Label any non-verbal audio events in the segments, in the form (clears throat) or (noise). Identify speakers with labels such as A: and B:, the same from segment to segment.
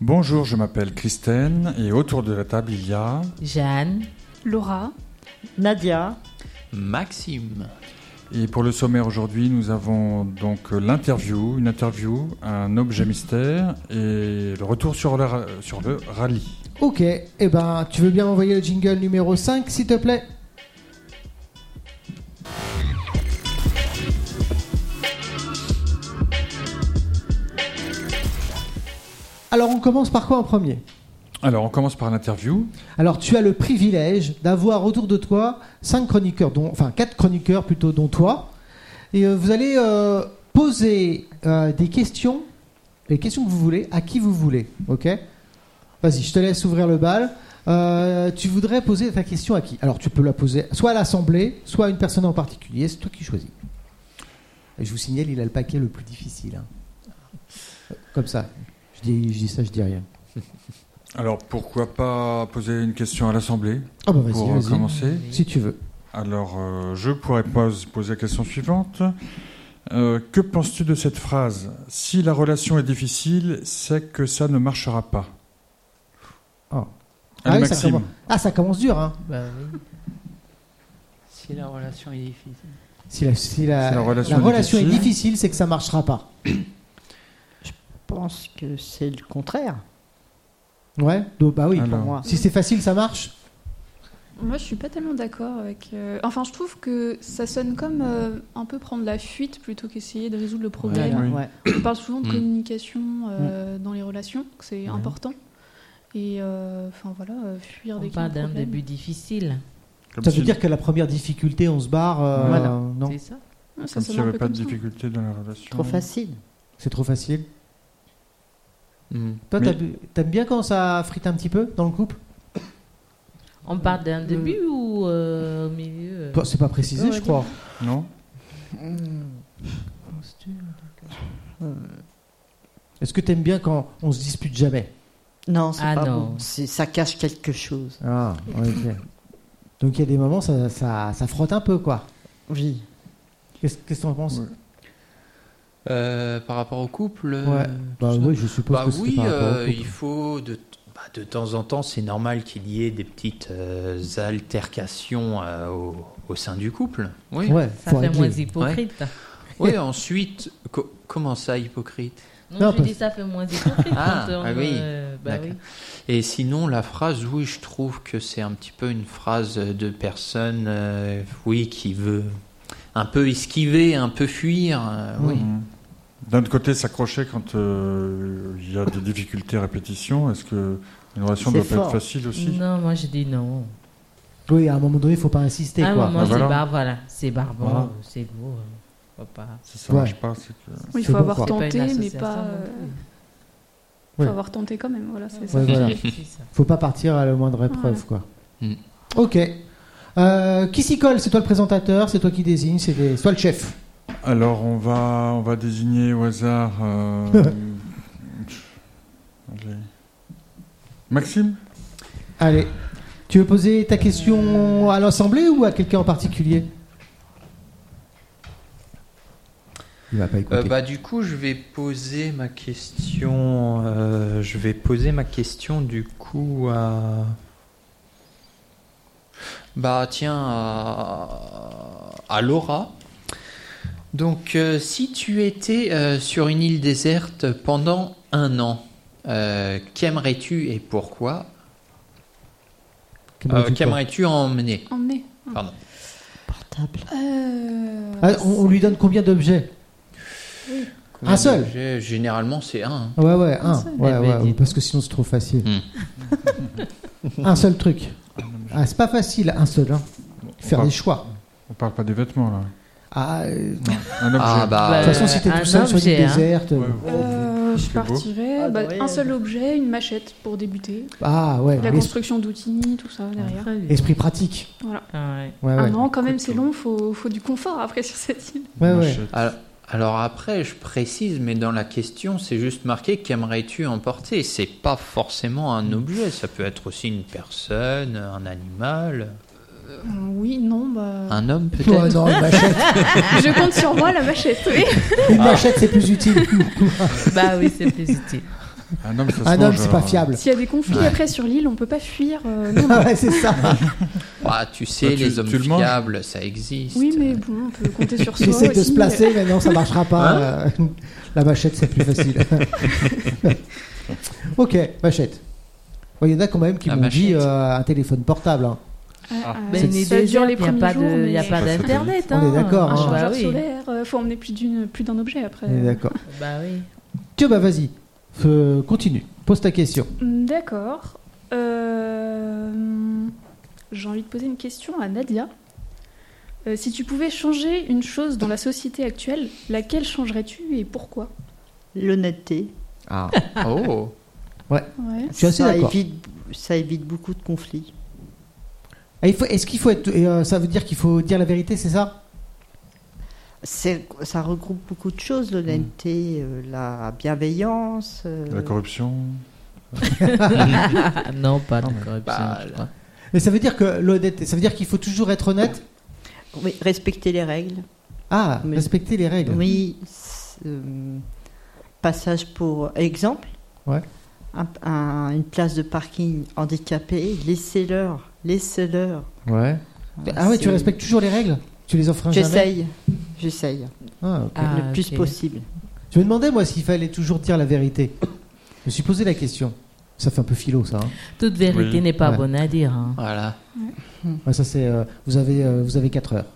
A: Bonjour, je m'appelle Christine et autour de la table il y a
B: Jeanne,
C: Laura,
D: Nadia,
E: Maxime.
A: Et pour le sommaire aujourd'hui, nous avons donc l'interview, une interview, un objet mystère et le retour sur le, ra- sur le rallye.
F: Ok, et eh ben tu veux bien envoyer le jingle numéro 5 s'il te plaît Alors on commence par quoi en premier
A: Alors on commence par l'interview.
F: Alors tu as le privilège d'avoir autour de toi cinq chroniqueurs, dont, enfin quatre chroniqueurs plutôt, dont toi. Et euh, vous allez euh, poser euh, des questions, les questions que vous voulez, à qui vous voulez. Ok Vas-y, je te laisse ouvrir le bal. Euh, tu voudrais poser ta question à qui Alors tu peux la poser soit à l'Assemblée, soit à une personne en particulier, c'est toi qui choisis. Et je vous signale, il a le paquet le plus difficile. hein. Comme ça. Je dis, je dis ça, je dis rien.
A: Alors pourquoi pas poser une question à l'Assemblée
F: Ah bah vas-y,
A: pour euh,
F: vas-y.
A: commencer
F: Si tu veux.
A: Alors euh, je pourrais pos- poser la question suivante. Euh, que penses-tu de cette phrase Si la relation est difficile, c'est que ça ne marchera pas.
F: Ah.
A: Allez,
F: oui, ça
A: Maxime.
F: commence- ah, ça commence dur, hein.
E: Bah oui. Si la relation est difficile.
F: Si la, si la-
A: Si la relation
F: la
A: est
F: relation est
A: difficile.
F: difficile, c'est que ça marchera pas.
D: (clears throat) je pense que c'est le contraire.
F: Ouais, donc bah oui.
A: Alors.
D: moi.
F: Si c'est facile, ça marche.
C: Moi, je suis pas tellement d'accord avec. euh, Enfin, je trouve que ça sonne comme euh, un peu prendre la fuite plutôt qu'essayer de résoudre le problème.
D: Voilà,
A: oui.
D: ouais.
C: On parle souvent de
E: Mm.
C: communication
B: Mm.
C: euh, dans les relations, que c'est important. Et euh, enfin voilà, euh, fuir
B: on
C: dès qu'il y a un
B: parle d'un
C: problème.
B: début difficile.
A: Comme
F: Ça
A: si-
F: veut dire que la première difficulté, on se barre. euh,
B: Voilà.
F: Non,
B: C'est ça
C: Ouais, ça
A: Comme
C: sonne
A: s'il
C: un
A: n'y avait
C: peu
A: pas de
C: comme ça.
A: difficulté dans la relation.
F: Hmm.
D: Trop facile.
F: c'est trop facile.
E: Hmm.
F: Toi,
A: Mais-
F: t'aimes- t'aimes bien quand ça frite un petit peu dans le couple
B: On parle
E: Euh,
B: d'un
F: Le-
B: début ou euh, au milieu
F: Bah, C'est pas précisé,
D: Ouais,
F: je crois.
A: Non
F: Est-ce que t'aimes bien quand on se dispute jamais
D: Non, c'est
B: Ah
D: pas
B: non.
D: bon. C'est- Ça cache quelque chose.
F: Ah, ok. Donc il y a des moments, ça, ça, ça frotte un peu, quoi.
D: Oui.
F: Qu'est-ce qu'est-ce que t'en penses
A: Ouais.
E: Euh, par rapport au couple.
F: Ouais.
E: euh,
F: Bah
E: tout ça.
F: oui, je suppose
E: Bah
F: que c'est
E: oui,
F: par rapport au
E: euh,
F: couple.
E: il faut de, bah, de temps en temps, c'est normal qu'il y ait des petites euh, altercations euh, au, au sein du couple. Oui.
F: Ouais,
B: Ça
F: faut
B: fait
F: régler.
B: moins hypocrite.
E: Oui, ensuite, co- comment ça, hypocrite
B: Non,
F: Non,
B: je
F: parce-
B: dis ça fait moins hypocrite.
E: Ah,
B: quand on,
E: ah oui.
B: euh, bah
E: D'accord.
B: oui.
E: Et sinon, la phrase, oui, je trouve que c'est un petit peu une phrase de personne, euh, oui, qui veut un peu esquiver, un peu fuir. euh, oui.
A: Mhm. D'un autre côté, s'accrocher quand euh, il y a des difficultés à répétition, est-ce que une relation
D: C'est
A: doit pas
D: fort.
A: être facile aussi
B: Non, moi je dis non.
F: Oui, à un moment donné, il faut pas insister,
B: À un
F: quoi.
B: moment,
A: Ah,
B: c'est
A: voilà.
B: bar- voilà. C'est barbant,
A: Voilà.
B: c'est beau. euh, pourquoi pas.
A: Si ça ne
F: Ouais.
A: marche pas, c'est que...
C: Oui, il
F: C'est
C: faut
F: bon,
C: avoir
F: quoi.
B: C'est pas une
C: tenté, mais
B: association
C: pas.
B: non
C: euh,
B: plus.
F: Ouais.
C: Faut avoir tenté quand même, voilà, c'est ça.
F: Ouais, voilà.
B: (laughs) C'est ça.
F: Faut pas partir à la moindre épreuve, quoi.
E: Mm.
F: Ok. Euh, qui s'y colle C'est toi le présentateur, c'est toi qui désigne, c'est des- c'est toi le chef.
A: Alors on va on va désigner au hasard. euh,
F: (laughs)
A: allez. Maxime.
F: Allez. Tu veux poser ta question à l'Assemblée ou à quelqu'un en particulier Il va pas écouter.
E: Euh, bah, du coup, je vais poser ma question. euh, je vais poser ma question du coup à. Bah tiens à, à Laura. Donc, euh, si tu étais euh, sur une île déserte pendant un an, euh, qu'aimerais-tu et pourquoi
F: Qu'aimerais-tu
E: Euh,
F: quoi
E: Qu'aimerais-tu emmener
C: Emmener.
E: Pardon.
D: Portable.
C: Euh,
F: Ah, on, on lui donne combien d'objets Un seul
E: J'ai- Généralement, c'est un. hein.
F: Ouais, ouais, un.
C: seul.
F: Ouais,
B: Eh ben,
F: ouais,
B: dis-
F: parce que sinon c'est trop facile. (laughs) un seul truc. Ah, c'est pas facile, un seul. hein. Faire
A: on,
F: des
A: parle,
F: choix.
A: on parle pas des vêtements là.
F: Ah, euh,
A: Un objet.
E: Ah bah.
F: De
B: Bah,
F: toute façon, si t'es
B: un
F: tout seul sur une île
B: objet, hein.
F: déserte.
A: Ouais, ouais.
C: euh, je
A: C'est beau.
C: partirais
D: Ah,
C: bah,
D: ouais.
C: un seul objet, une machette pour débuter,
F: Ah ouais,
C: la
F: l'es-
C: construction d'outils, tout ça derrière.
B: Très bien.
F: esprit pratique.
B: Ah, ouais.
F: Ouais, ouais.
C: Un an quand même, c'est long, faut, faut du confort après sur cette île.
F: Ouais, ouais.
A: Machette.
E: Al- Alors après, je précise, mais dans la question, c'est juste marqué qu'aimerais-tu emporter C'est pas forcément un objet, ça peut être aussi une personne, un animal,
C: Euh, oui, non,
F: Hein
C: bah.
E: un homme peut-être.
F: Ouais, Oh, non, une machette,
C: (laughs) je compte sur moi la machette, oui.
F: une machette, c'est plus utile.
B: bah oui, c'est plus utile.
A: Un homme, ça se
F: Un homme,
A: mange,
F: c'est pas
A: alors.
F: fiable.
C: (laughs)
B: Ah,
C: S'il y a des conflits
E: Ouais.
C: après sur l'île, on peut pas fuir.
F: (laughs)
C: euh, non, non.
F: Ouais, c'est ça.
E: Bah, tu sais,
A: Bah, tu-
E: les hommes
A: tu le manges.
E: fiables, ça existe.
C: Oui, mais bon, on peut compter sur
F: (laughs)
C: soi.
F: J'essaie de se
C: aussi.
F: placer, mais non, ça marchera pas. Euh, La machette, c'est plus facile. ok, machette. Bon, Il y en a quand même qui
E: La
F: m'ont dit
E: machette.
F: euh, un téléphone portable. hein.
C: Ah, ah,
B: Ben,
C: ça
B: il est
C: dure
B: désert,
C: les
B: il n'y a
C: premiers
B: pas de-
C: jours,
B: il n'y a
C: mais-
B: pas
C: (laughs)
A: Ça, c'est
B: d'internet.
F: On
B: hein.
F: est d'accord,
B: Ah,
F: hein.
B: bah
C: Changeur
B: oui.
C: solaire, euh, faut emmener plus d'une- plus d'un objet
D: Euh.
C: après.
F: On est D'accord.
B: Bah oui.
F: Tiens, bah vas-y, Feu- continue. Pose ta question.
C: Mm, D'accord. Euh, J'ai envie de poser une question à Nadia. Euh, si tu pouvais changer une chose dans la société actuelle, laquelle changerais-tu et pourquoi
D: L'honnêteté.
E: Ah. Oh.
C: Ouais.
F: Je suis assez
D: ça
F: d'accord.
D: évite, ça évite beaucoup de conflits.
F: Ah, il faut- Est-ce qu'il faut être. et, euh, ça veut dire qu'il faut dire la vérité, c'est ça
D: C'est- Ça regroupe beaucoup de choses, l'honnêteté,
F: Hmm.
D: euh, la bienveillance. euh,
A: La corruption.
B: Ah, non, pas de
A: Non, mais-
B: corruption,
E: Bah,
B: je crois.
F: Mais ça veut dire que l'honnêteté, ça veut dire qu'il faut toujours être honnête.
D: oui, respecter les règles.
F: Ah,
D: Mais-
F: respecter les règles.
D: Oui, c'est, euh, passage pour exemple.
F: Ouais.
D: Un- un- une place de parking handicapée, laissez-leur, laissez-leur.
F: Ouais. Ah ouais, tu
D: C'est-
F: respectes toujours les règles Tu les offres un jamais
D: J'essaye, j'essaye,
F: Ah, ok. Bah,
B: Ah,
D: le plus
B: ok.
D: possible.
F: Je me demandais, moi, s'il fallait toujours dire la vérité. Je me suis posé la question. Ça fait un peu philo, ça. hein.
B: Toute vérité
A: Oui.
B: n'est pas
F: Ouais.
B: bonne à dire. hein.
E: Voilà.
F: Ouais, ça, c'est. euh, vous, avez, euh, vous avez 4 heures.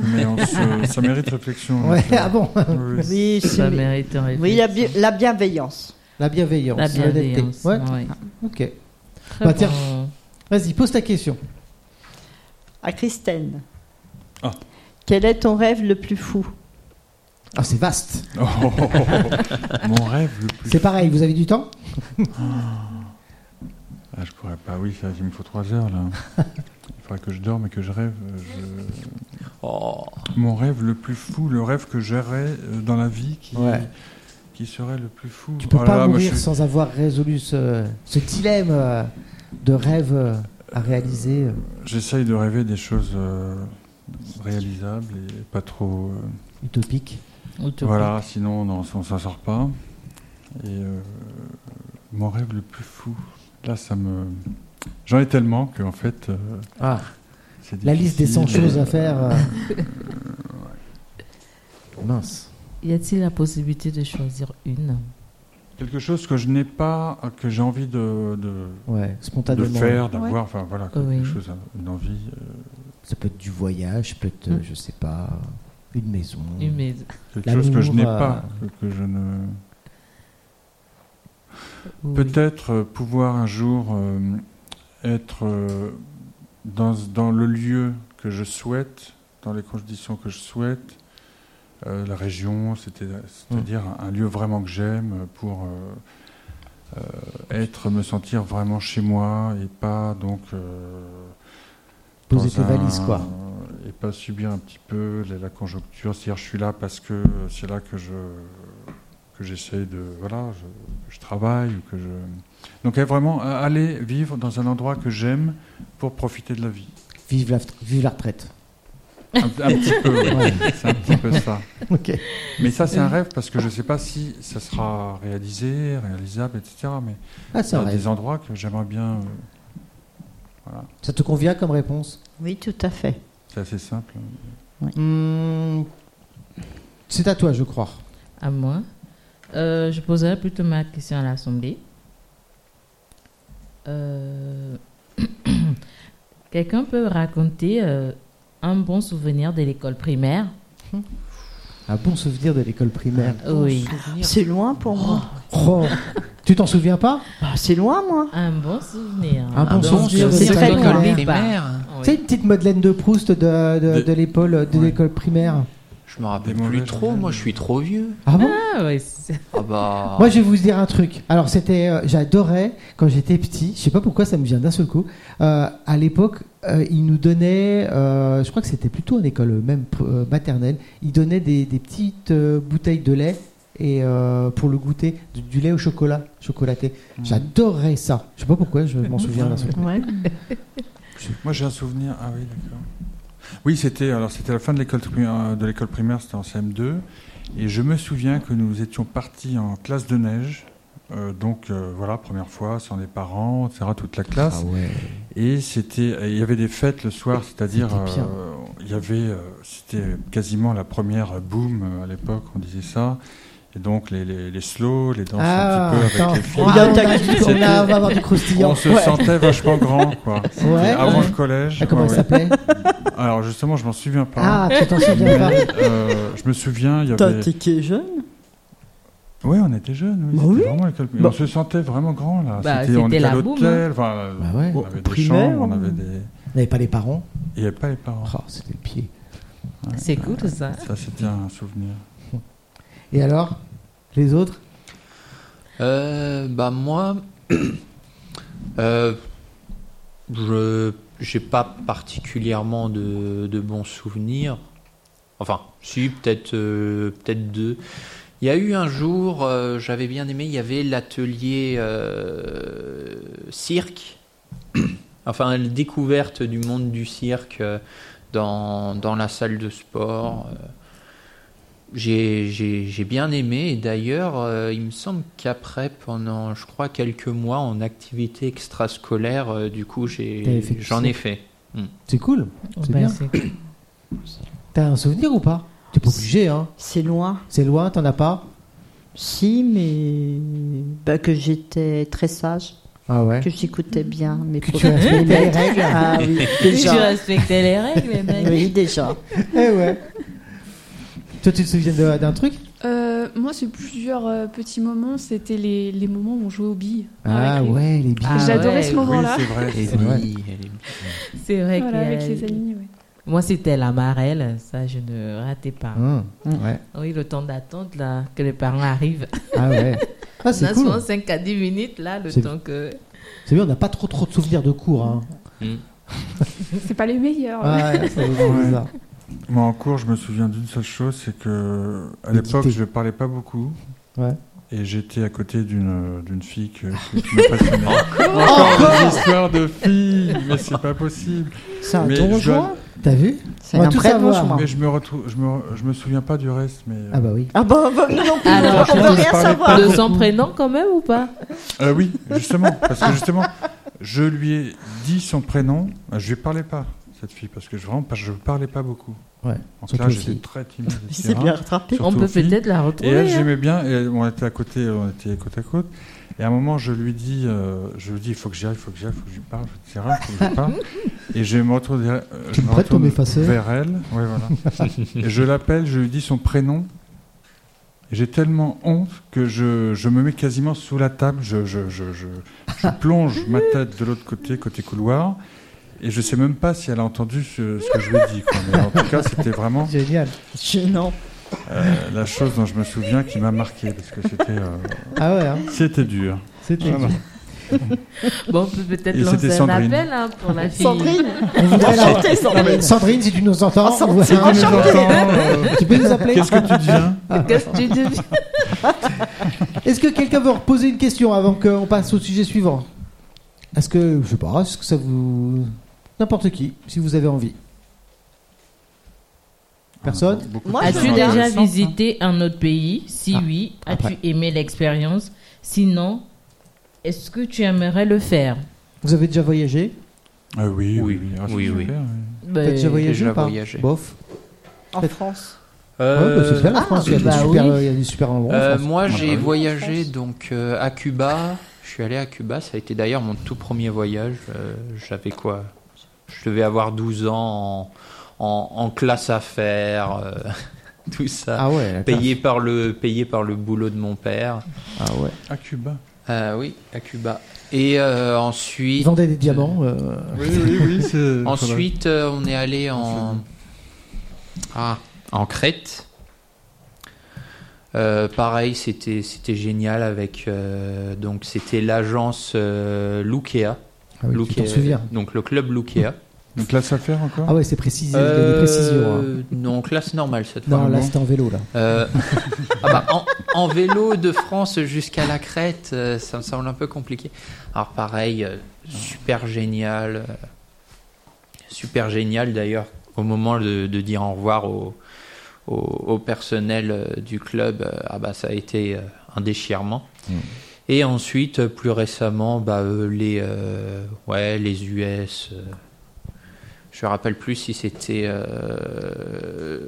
A: Mais on se- ça mérite réflexion.
F: Ouais, (laughs) ah bon
A: Oui.
D: Oui,
B: Ça
D: c'est-
B: mérite un
D: oui, la, bi- la bienveillance.
F: La bienveillance.
B: La
F: l'honnêteté.
B: bienveillance.
F: Ouais,
B: ouais.
F: ok.
B: Très
F: Bah, tiens.
B: bon.
F: Vas-y, pose ta question.
D: À Christelle.
A: Ah.
D: Quel est ton rêve le plus fou
F: Ah, c'est vaste.
A: Oh, oh,
F: (laughs)
A: oh, oh. Mon rêve le plus.
F: C'est pareil, vous avez du temps
A: Ah, je pourrais pas. Oui, ça, il me faut trois heures là. Il faudrait que je dorme et que je rêve. Je-
E: Oh.
A: Mon rêve le plus fou, le rêve que j'aurais euh, dans la vie qui,
F: Ouais.
A: qui serait le plus fou.
F: Tu peux
A: Oh là
F: pas
A: là, moi, je
F: mourir
A: suis-
F: sans avoir résolu ce, ce dilemme euh, de rêve euh, à réaliser. euh,
A: J'essaye de rêver des choses euh, réalisables et pas trop. euh,
F: utopique.
B: Autour.
A: Voilà, sinon non, on s'en sort pas. Et euh, mon rêve le plus fou, là, ça me. J'en ai tellement que en fait. euh,
F: Ah,
A: c'est
F: la liste des 100
A: difficile.
F: choses à faire. (laughs) euh. Mince.
B: Y a-t-il la possibilité de choisir une
A: Quelque chose que je n'ai pas, que j'ai envie de, de,
F: Ouais,
A: de
F: spontanément.
A: faire, d'avoir, enfin voilà, quelque
B: Oui.
A: chose, une envie. euh,
F: Ça peut être du voyage, ça peut être, euh, je sais pas, une maison.
B: Hmm. Une maison.
A: quelque
F: L'amour,
A: chose que je n'ai
F: euh,
A: pas, que, que je ne.
B: Oui.
A: Peut-être euh, pouvoir un jour euh, être euh, dans, dans le lieu que je souhaite, dans les conditions que je souhaite, euh, la région, c'était- c'est-à-dire
F: Hmm.
A: un- un lieu vraiment que j'aime pour euh, euh, être, me sentir vraiment chez moi et pas donc. euh,
F: Poser
A: dans
F: tes
A: un-
F: valises, quoi.
A: Et pas subir un petit peu la, la conjoncture, c'est-à-dire je suis là parce que c'est là que je que j'essaie de voilà, je, que je travaille ou que je donc eh, vraiment euh, aller vivre dans un endroit que j'aime pour profiter de la vie.
F: Vive la, vive la retraite.
A: Un, un petit peu, oui.
F: (laughs) Ouais.
A: c'est un petit peu ça.
F: (laughs) Ok.
A: Mais ça c'est un rêve parce que je ne sais pas si ça sera réalisé, réalisable, etc. Mais
F: Ah,
A: il
F: c'est
A: y
F: un
A: a
F: rêve.
A: des endroits que j'aimerais bien. euh,
F: Ça te convient comme réponse
D: Oui, tout à fait.
A: C'est assez simple.
F: Hmm, C'est à toi, je crois.
B: À moi. Euh, je poserai plutôt ma question à l'Assemblée. Euh, (clears throat) Quelqu'un peut raconter euh, un bon souvenir de l'école primaire
F: Un bon souvenir de l'école primaire.
A: Ah,
B: Oui.
D: C'est loin pour moi.
A: bah.
F: Oh, tu t'en souviens pas
D: Bah, c'est loin, moi.
B: Un bon souvenir.
F: Un bon souvenir
B: que
F: de
B: je
F: l'école
B: ne l'oublie
E: primaire.
B: pas. Oui.
F: C'est une petite Madeleine de Proust de, de,
A: De-
F: de l'épaule- de
A: Ouais.
F: l'école primaire.
E: Je me rappelle
A: Des mauvais
E: plus trop,
A: souvenirs.
E: moi je suis trop vieux.
F: Ah bon
B: Ah, oui,
F: (laughs)
B: c'est-
E: Ah bah.
F: Moi, je vais vous dire un truc. Alors, c'était, euh, j'adorais quand j'étais petit. Je sais pas pourquoi ça me vient d'un seul coup. Euh, à l'époque, euh, ils nous donnaient, euh, je crois que c'était plutôt en école euh, même pr- euh, maternelle, ils donnaient des, des petites euh, bouteilles de lait et euh, pour le goûter du, du lait au chocolat, chocolaté.
A: Hmm.
F: J'adorais ça. Je sais pas pourquoi, je m'en souviens d'un seul coup.
D: Ouais.
A: Moi j'ai un souvenir. Ah oui, d'accord. Oui, c'était alors c'était la fin de l'école primaire, euh, de l'école primaire, c'était en CM2, et je me souviens que nous étions partis en classe de neige Euh, donc euh, voilà, première fois, sans les parents, etc., toute la classe.
F: Ah
E: ouais.
A: Et c'était, il y avait des fêtes le soir, c'est-à-dire,
F: C'était bien.
A: euh, il y avait, euh, c'était quasiment la première boom euh, à l'époque, on disait ça. Et donc les, les, les slow, les danses un petit peu
F: Ah, attends.
A: avec les
F: On,
A: filles.
F: a- on a du-
A: C'était-
F: on a- on va avoir du croustillant.
A: On se
F: Ouais.
A: sentait vachement grand, quoi. C'était
F: Ouais,
A: avant
F: ouais.
A: le collège.
F: Ah, comment
A: Ouais,
F: il
A: ouais. (laughs)
F: s'appelait
A: Alors justement, je m'en souviens pas.
F: Ah, tu t'en souviens pas
A: Euh, je me souviens, il y
G: T'as
A: avait.
G: t'es qui est jeune
A: Oui, on était jeunes. Oui,
G: Bah
A: c'était
G: oui.
A: vraiment l'école- mais
G: Bah.
A: On se sentait vraiment grand là.
B: Bah,
A: on
B: c'était
A: était à
B: la boum,
A: l'hôtel. enfin,
F: Bah ouais.
A: On
G: Au
A: avait des
G: primaire,
A: chambres, on
G: on-
A: avait des.
F: On n'avait pas les parents.
A: Il n'y avait pas les parents.
F: Oh, c'était le pied.
B: C'est cool ça.
A: Ça, c'était un souvenir.
F: Et alors Les autres
E: Euh, bah moi, (coughs) euh, je j'ai pas particulièrement de, de bons souvenirs. Enfin, si peut-être euh, peut-être deux. Il y a eu un jour, euh, j'avais bien aimé, il y avait l'atelier euh, cirque. (clears throat) Enfin, la découverte du monde du cirque euh, dans, dans la salle de sport. euh, j'ai j'ai- j'ai bien aimé et d'ailleurs euh, il me semble qu'après pendant je crois quelques mois en activité extrascolaire euh, du coup
F: T'avais
E: j'ai
F: fait du
E: j'en ai fait.
F: C'est cool. C'est
B: Ben,
F: bien.
B: c'est-
F: T'as un souvenir ou pas T'es pas obligé, hein
D: C'est loin.
F: C'est loin, t'en as pas
D: Si, mais bah, que j'étais très sage,
F: Ah ouais.
D: que j'écoutais bien mes
F: Que tu
D: profs, mes
F: respectais les
D: maîtres.
F: règles.
D: (laughs) Ah oui,
B: Tu
D: déjà.
B: respectais les règles,
F: (laughs)
B: mec.
D: Oui, déjà.
F: Eh ouais. Toi, tu te souviens de- d'un truc
C: Euh, moi, c'est plusieurs euh, petits moments. C'était les, les moments où on jouait aux billes.
F: Ah
C: Avec les-
F: ouais, les billes.
B: Ah
C: J'adorais
B: ouais.
C: ce moment-là.
A: Oui, c'est vrai.
E: Et
A: c'est
F: vrai.
E: oui, elle est-
B: C'est vrai
C: Voilà,
B: que
C: avec les amis. ouais.
B: moi c'était la marelle, ça je ne ratais pas.
F: Hum, Ouais.
B: Oui, le temps d'attente là, que les parents arrivent.
F: Ah ouais. Ah,
B: On a
F: c'est
B: souvent
F: cool.
B: 5 à 10 minutes là, le
F: C'est-
B: temps que.
F: C'est bien, on n'a pas trop trop de souvenirs de cours. Hein.
C: C'est pas les meilleurs.
F: Ah ouais, c'est vraiment bizarre.
A: Moi, en cours, je me souviens d'une seule chose, c'est que à
F: Méditer.
A: l'époque, je parlais pas beaucoup.
F: Ouais.
A: Et j'étais à côté d'une d'une fille que, qui, qui me passionnait.
F: Encore
A: Encore des histoires de filles, mais c'est pas possible.
D: C'est un
A: Mais je
D: donjon.
A: dois-
F: T'as vu
D: C'est
F: On va
D: un
F: tout
D: vrai
F: savoir.
D: donjon.
A: Mais je me retrouve, je me, je me souviens pas du reste, mais.
F: Ah bah oui.
D: Ah bah, bah, nous non plus,
B: Alors,
D: on
A: je
D: veut
A: te
D: rien
A: parlais
F: Ah,
D: savoir.
B: De son prénom quand même ou pas
A: Euh,
F: (laughs)
A: oui, justement, parce que justement, je lui ai dit son prénom. euh, Je lui parlais pas cette fille parce que je vraiment, parce que je parlais pas beaucoup.
F: Ouais,
A: En
F: surtout
A: classe,
F: aux
A: j'étais
F: filles.
A: très timide.
G: Il
A: etc.
G: s'est bien rattrapé.
A: Surtout
B: On peut
A: aux filles.
B: peut-être la
A: Et elle,
B: retrouver. hein.
A: j'aimais bien. Et on était à côté, on était côte à côte. Et à un moment, je lui dis, euh, je lui dis, il faut que j'y aille, il faut que j'y aille, il faut que je lui parle, etc. Il faut que je lui
B: (laughs)
A: parle. Et je me retourne, euh, je
F: me
A: me
F: prêtes ton
A: retourne
F: effaceur
A: vers elle. Ouais, voilà.
B: (laughs)
A: et je l'appelle, je lui dis son prénom. Et J'ai tellement honte que je, je me mets quasiment sous la table. Je, je, je, je, je plonge ma tête de l'autre côté, côté couloir. Et je sais même pas si elle a entendu ce, ce que je lui ai dit. quoi. Mais en tout cas, c'était vraiment
F: Génial.
G: Gênant.
A: euh, la chose dont je me souviens qui m'a marqué parce que c'était euh,
F: Ah ouais, hein.
A: c'était dur.
F: c'était.
A: Voilà.
B: Bon, on peut peut-être
A: Et
B: lancer
A: c'était
B: un
A: Sandrine.
B: appel hein, pour la fille.
D: Sandrine,
F: On voudrait la-
G: Enchantée, Sandrine.
F: Sandrine, si tu nous entends, on
A: Si tu
F: voudrait-
A: nous entends, euh,
F: tu peux nous appeler
A: qu'est-ce que tu deviens
B: Qu'est-ce que tu dis
F: Est-ce que quelqu'un veut reposer une question avant qu'on passe au sujet suivant Est-ce que, je sais pas, est-ce que ça vous... N'importe qui, si vous avez envie. (laughs) Personne
A: Beaucoup
G: Moi,
A: de
G: je
A: personnes
B: As-tu
G: suis
B: déjà
A: intéressées.
G: intéressant,
B: visité un autre pays Si
F: Ah,
B: oui,
F: après.
B: as-tu aimé l'expérience Sinon, est-ce que tu aimerais le faire
F: Vous avez déjà voyagé
A: Ah oui,
E: Oui,
A: oui, oui. Ah, c'est
E: oui, oui.
A: super,
F: Vous
B: Ben,
F: avez déjà voyagé
E: déjà
F: ou pas
E: voyagé.
F: Bof.
D: en France.
F: Ouais, bah, c'est bien la
D: Ah,
F: France, il y a des
B: bah
F: super,
B: oui.
F: euh, il y a des super endroits en
E: Euh,
F: France.
E: moi,
A: Ah, bah
E: j'ai
A: oui.
E: voyagé donc euh, à Cuba. Je suis allé à Cuba. Ça a été d'ailleurs mon tout premier voyage. Euh, J'avais quoi Je devais avoir 12 ans en, en- en classe affaires, euh, (laughs) tout ça.
F: Ah ouais, la classe.
E: payé, par le, payé par le boulot de mon père.
F: Ah ouais.
A: À Cuba.
E: Euh, oui, à Cuba. Et euh,
F: Ils
E: ensuite.
F: vendaient des diamants. euh,
A: Oui, oui, oui. c'est-
E: Ensuite, euh, on est allé en ah, en Crète. Euh, pareil, c'était c'était génial avec euh, donc c'était l'agence euh, Lukea.
F: Ah ouais, tu
E: Lukea-
F: t'en souviens
E: Donc le club Lukea.
A: Donc là, ça fait encore
F: Ah ouais, c'est précisé, il y a des
E: Euh,
F: précisions. hein.
E: Non, classe normale cette
F: Non,
E: fois.
F: là
A: bon.
F: c'était en vélo, là.
E: Euh, ah bah, en, en vélo de France jusqu'à la Crète, euh, ça me semble un peu compliqué. Alors pareil, euh, super génial, euh, super génial d'ailleurs au moment de, de dire au revoir au, au- au personnel euh, du club, euh, ah bah ça a été euh, un déchirement. Et ensuite, euh, plus récemment, bah, euh, les, euh, ouais, les US. euh, je ne me rappelle plus si c'était euh,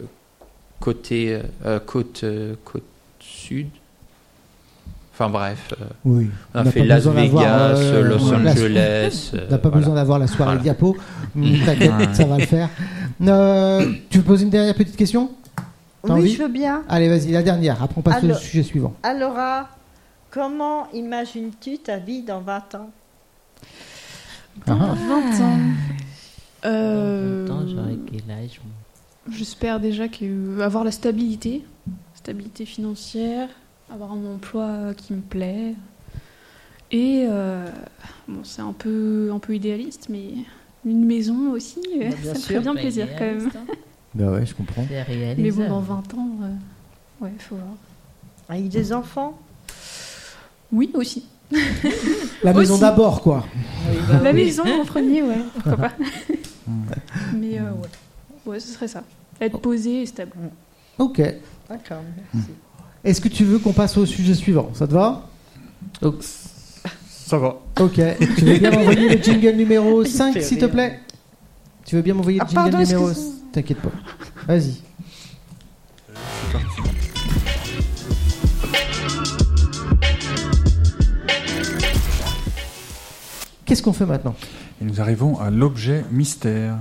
E: côté euh, côte, euh, côte sud. Enfin bref, euh,
F: Oui.
E: on a
F: n'a
E: fait
F: pas
E: Las
F: besoin d'avoir,
E: Vegas,
F: euh,
E: Los
F: la-
E: Angeles.
F: (laughs) On n'a pas besoin d'avoir la soirée
E: Euh, Voilà. (laughs)
F: diapo. Mm, T'inquiète,
A: Ouais.
F: ça va le faire. Euh, tu veux poser une dernière petite question
D: Oui,
F: T'as envie
D: je veux bien.
F: Allez, vas-y, la dernière. Après, on passe au
D: Alors-
F: sujet suivant.
D: Alors, euh, comment imagines-tu ta vie dans 20 ans
F: Ah,
C: 20 ans.
B: Ah.
C: Euh,
B: Attends, j'aurais quel âge moi
C: J'espère déjà que euh, avoir la stabilité, stabilité financière, avoir un emploi qui me plaît. Et euh, bon, c'est un peu, un peu idéaliste, mais une maison aussi, euh,
B: Bah,
C: (laughs) ça me
B: sûr,
C: ferait bien
B: bah,
C: plaisir quand même.
B: idéaliste, hein.
F: Bah ouais, je comprends.
B: C'est réalisable.
C: Mais bon, dans 20 ans, euh, ouais, faut voir.
D: Avec des enfants
C: Oui, aussi.
F: La maison
C: Aussi.
F: d'abord, quoi.
D: Ah
B: Oui,
F: Ah
B: bah
C: La
B: oui.
C: maison en
F: (laughs)
C: premier, ouais, pourquoi pas. mais euh, ouais. ouais, ce serait ça. Être posé et stable.
F: Ok.
D: D'accord, merci.
F: Est-ce que tu veux qu'on passe au sujet suivant Ça te va
B: Donc,
F: Ah.
A: Ça va.
F: Ok. tu veux bien m'envoyer le jingle
D: (laughs)
F: numéro 5, s'il te plaît Tu veux bien m'envoyer le
D: Ah,
F: jingle
D: pardon,
F: numéro...
D: excuse-moi.
F: T'inquiète pas. Vas-y. Qu'est-ce qu'on fait maintenant
A: Et nous arrivons à l'objet mystère.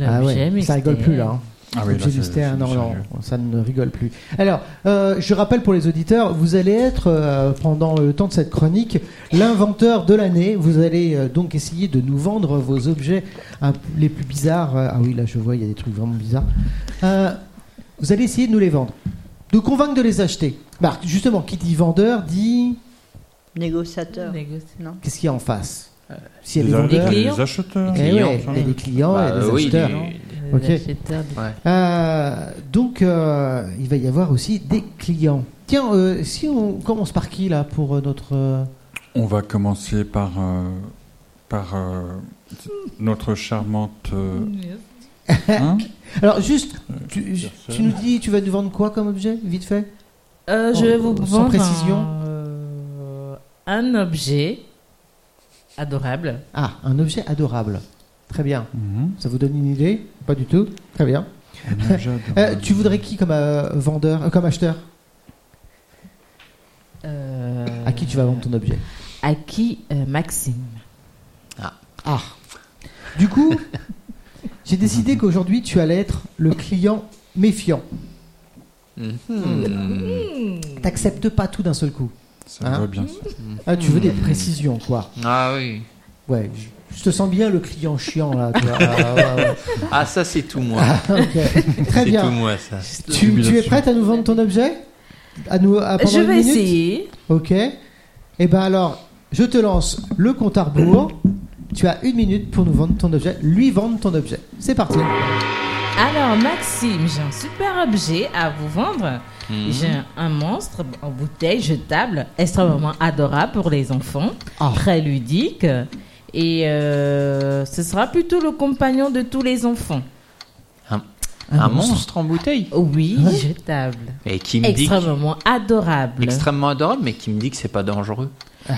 F: Ah ouais,
B: l'objet
F: ça rigole
B: mystère.
F: plus là. hein.
A: Ah oui,
F: Objet
A: là, c'est-
F: mystère,
A: c'est
F: non, non,
A: sérieux.
F: ça ne rigole plus. Alors, euh, je rappelle pour les auditeurs, vous allez être, euh, pendant le temps de cette chronique, l'inventeur de l'année. Vous allez euh, donc essayer de nous vendre vos objets un- les plus bizarres. Euh, ah oui, là je vois, il y a des trucs vraiment bizarres. Euh, vous allez essayer de nous les vendre, de convaincre de les acheter. Marc, justement, qui dit vendeur dit...
D: Négociateur.
B: Négocie.
F: Qu'est-ce qu'il y a en face Euh, S'il y a
A: Les
F: des
A: a-
F: vendeurs...
B: Des
A: les
B: clients.
A: acheteurs.
F: eh
E: Des clients,
F: ouais, il y a des clients, il y a
E: Bah,
F: des
E: euh, oui,
F: acheteurs.
E: des-
B: Les
F: Ok.
B: acheteurs de-
E: ouais.
F: Euh, donc, euh, il va y avoir aussi des clients. Tiens, euh, si on commence par qui là pour euh, notre. euh,
A: On va commencer par, euh, par euh, notre charmante.
F: (laughs)
A: euh, hein
F: Alors, juste, tu,
A: Personne.
F: tu nous dis, tu vas nous vendre quoi comme objet, vite fait
B: Euh, je vais vous
F: Sans
B: vendre
F: précision.
B: un, euh, un objet adorable.
F: Ah, un objet adorable. Très bien.
A: Mhm.
F: Ça vous donne une idée Pas du tout. Très bien.
A: Un objet
F: Euh,
A: adorable.
F: tu voudrais qui comme euh, vendeur, euh, comme acheteur
B: euh,
F: À qui tu vas vendre ton objet
B: À qui euh, Maxime
F: Ah. Du coup, (laughs) j'ai décidé qu'aujourd'hui tu allais être le client méfiant.
E: Mhm.
F: T'acceptes pas tout d'un seul coup.
A: Ça
F: hein
A: me va bien. ça.
F: Ah, tu veux des précisions, quoi.
E: Ah oui.
F: Ouais, je- je te sens bien le client chiant là.
B: (laughs)
F: tu vois. Ah, ouais, ouais.
E: Ah ça c'est tout moi.
F: Ok. Très
E: c'est tout
F: bien.
E: moi ça.
F: Tu, tu es prête à nous vendre ton objet à nous, à Ah, pendant
B: Je
F: une
B: vais
F: minute
B: essayer.
F: Ok. Et ben alors, je te lance le compte à rebours. Tu as une minute pour nous vendre ton objet, lui vendre ton objet. C'est parti.
B: Alors Maxime, j'ai un super objet à vous vendre.
F: Hmm.
E: Mhm.
B: J'ai un- un monstre en bouteille jetable, extrêmement adorable pour les enfants,
F: Ah.
B: très ludique. Et euh, ce sera plutôt le compagnon de tous les enfants.
E: Un, monstre en bouteille.
B: Oui,
F: Ouais.
B: jetable.
E: Et qui me dit que-
B: Extrêmement adorable.
E: extrêmement adorable, mais qui me dit que c'est pas dangereux.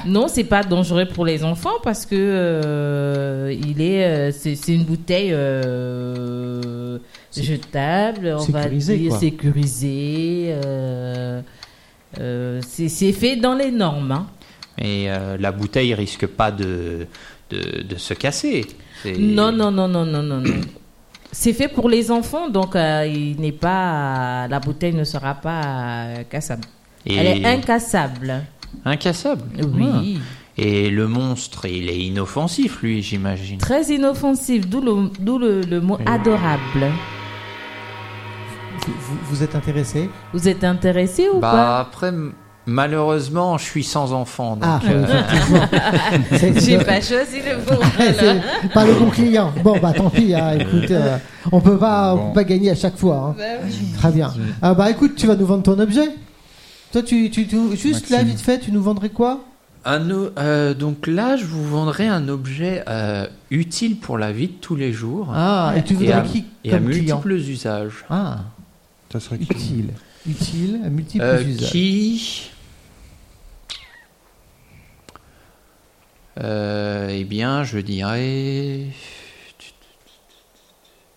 B: Non, c'est pas dangereux pour les enfants parce que euh, il est, euh, c'est c'est une bouteille euh, jetable, on
F: sécurisée,
B: va dire
F: quoi.
B: sécurisée. euh, euh, c'est c'est fait dans les normes. hein.
E: Et euh, la bouteille risque pas de de, de se casser. C'est-
B: Non, non, non, non, non, non. (clears throat) non. C'est fait pour les enfants, donc euh, il n'est pas, la bouteille ne sera pas euh, cassable.
E: Et Ah.
B: Elle est incassable.
E: incassable. Ouais.
B: Oui.
E: Et le monstre, il est inoffensif, lui, j'imagine.
B: Très inoffensive, d'où le, d'où le, le mot
E: Oui.
B: adorable.
F: Vous, vous- vous
B: (laughs)
F: êtes intéressé
B: Vous êtes intéressé ou
E: Bah après, m- malheureusement, je suis sans enfant.
F: Ah,
E: Donc, euh,
F: (laughs)
E: (laughs)
F: effectivement.
B: pas
F: C'est-
B: J'ai pas choisi le bon.
F: Eh, C'est pas le bon client. Bon, bah tant pis. hein, écoute, euh, on peut pas, on
A: Bon.
F: peut pas gagner à chaque fois. hein. Très bien. Ah bah écoute, tu vas nous vendre ton objet. Toi, tu, tu, tu- juste là
A: Maxime.
F: vite fait, tu nous vendrais quoi
E: un o- euh, donc là, je vous vendrai un objet euh, utile pour la vie de tous les jours
F: Ah, et tu
E: et
F: voudrais
E: à,
F: qui
E: et à
F: comme client
E: multiples usages.
F: Ah,
A: Ça serait qui
F: utile, utile, à multiples
E: Euh,
F: usages.
E: qui Euh, eh bien, je dirais.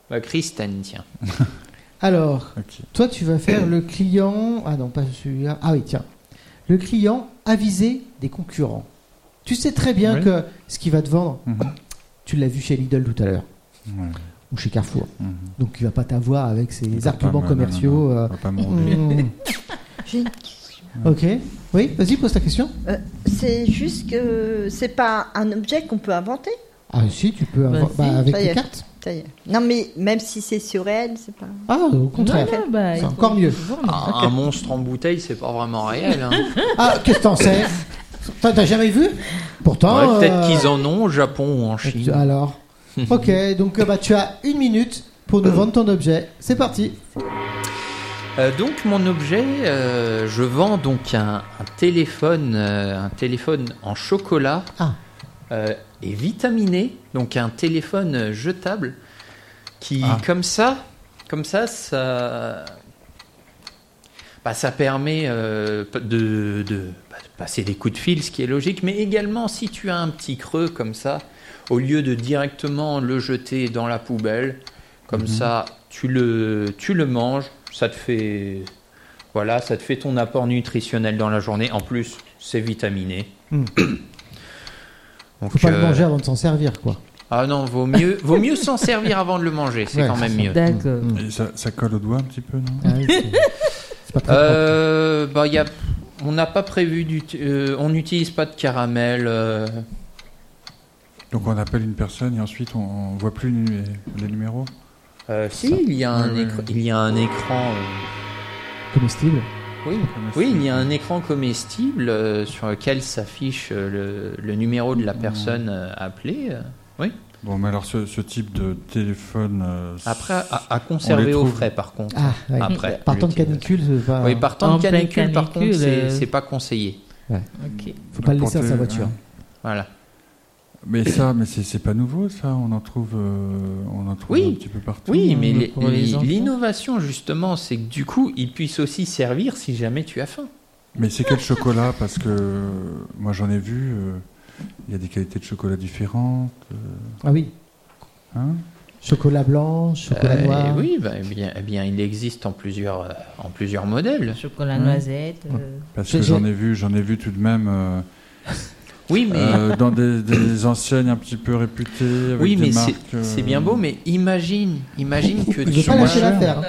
E: Bah, Kristen,
F: (laughs)
E: tiens.
F: Alors,
A: Ok.
F: toi, tu vas faire le client. Ah non, pas celui-là. Ah oui, tiens. Le client avisé des concurrents. Tu sais très bien
A: Oui.
F: que ce qui va te vendre,
A: Mhm.
F: tu l'as vu chez Lidl tout à l'heure,
A: Ouais.
F: ou chez Carrefour.
A: Mhm.
F: Donc, il va pas t'avoir avec
A: Il
E: Ah,
F: ses
A: va
F: arguments
A: pas me- non, non,
F: commerciaux.
A: non,
F: euh,
A: il va pas me ronder.
F: Mhm.
D: J'ai une question.
F: Ok. Oui, vas-y, pose ta question.
D: Euh, c'est juste que c'est pas un objet qu'on peut inventer.
F: Ah si, tu peux avoir...
B: si,
F: bah, avec
D: ça y
F: les
D: est.
F: cartes.
D: Ça y est. Non, mais même si c'est surréel, c'est pas.
F: Ah, au contraire.
B: Non, non, bah,
F: C'est
B: il faut-
F: encore mieux.
E: Un, un monstre en bouteille, c'est pas vraiment réel. hein.
F: Ah, qu'est-ce que t'en sais T'as t'as jamais vu Pourtant.
E: Ouais, Peut-être
F: euh, Ah.
E: qu'ils en ont au Japon ou en Chine.
F: Alors. ok, donc euh, bah, tu as une minute pour nous vendre ton objet. C'est parti.
E: Euh, donc mon objet, euh, je vends donc un, un téléphone, euh, un téléphone en chocolat
F: Ah.
E: euh, et vitaminé, donc un téléphone euh, jetable qui,
A: Ah.
E: comme ça, comme ça, ça, bah, ça permet euh, p- de, de- bah, de passer des coups de fil, ce qui est logique, mais également si tu as un petit creux comme ça, au lieu de directement le jeter dans la poubelle, comme
F: Mhm.
E: ça, tu le, tu le manges, ça te fait, voilà, ça te fait ton apport nutritionnel dans la journée. En plus, c'est vitaminé.
F: Mm.
E: (coughs) Donc,
F: Faut pas le
E: euh,
F: manger avant de s'en servir,
E: (laughs)
F: quoi.
E: Ah non, vaut mieux, vaut mieux s'en servir avant de le manger, c'est
F: Ouais,
E: quand même
F: c'est
E: mieux.
B: D'accord.
F: Mm.
A: Et ça, ça colle au doigt un petit peu, non
F: Ah, oui, c'est- c'est pas très
E: Euh, bah, y a- on n'a pas prévu, d'ut- euh, on n'utilise pas de caramel. euh,
A: Donc on appelle une personne et ensuite on, on voit plus les, numé- les numéros.
E: euh, si, il y a un,
A: Ouais, ouais,
E: écr-
A: ouais.
E: Il y a un écran. euh,
F: propre, comestible.
E: Oui,
A: Comme
E: oui,
A: ça.
E: il y a un écran comestible euh, sur lequel s'affiche euh, le, le numéro de la personne euh, appelée. euh.
A: Bon, mais alors ce, ce type de téléphone. euh,
E: Après, à, à
A: On les
E: conserver au
A: trouve.
E: frais, par contre.
F: Ah, ouais.
E: Après,
F: Par temps de
E: l'utilisation.
F: canicule, euh, c'est pas-
E: Oui, par temps
B: En
E: de
B: pleine
E: canicule, par
B: canicule,
E: contre, c'est
B: euh.
E: c'est pas conseillé.
B: Ok.
F: faut pas le
A: pour
F: laisser à
A: te-
F: sa voiture.
A: ouais.
E: Voilà.
A: Mais ça, mais c'est c'est pas nouveau, ça. On en trouve, euh, on en trouve
E: Oui.
A: un petit peu partout.
E: Oui,
A: hein.
E: mais
B: le-
E: les-
B: pour les
E: les-
B: enfants.
E: l'innovation, justement, c'est que du coup, il puisse aussi servir si jamais tu as faim.
A: Mais c'est quel chocolat Parce que euh, moi j'en ai vu. euh, Il y a des qualités de chocolat différentes. euh,
F: Ah oui,
A: hein
F: chocolat blanc, chocolat
E: Euh,
F: noir.
E: et oui, bah, eh bien, eh bien, il existe en plusieurs, euh, en plusieurs modèles.
B: Chocolat
A: Ouais.
B: noisette.
F: Mm.
B: euh,
A: Parce
F: J'ai-
A: que j'en ai vu, j'en ai vu tout de même euh,
E: Oui, mais,
A: euh, dans des, des enseignes un petit peu réputées. Avec
E: oui,
A: des
E: mais c'est
A: marques, euh,
E: c'est bien beau, mais imagine, imagine que
F: Il veut
E: tu
F: pas lâcher
A: Chocolat.
F: l'affaire.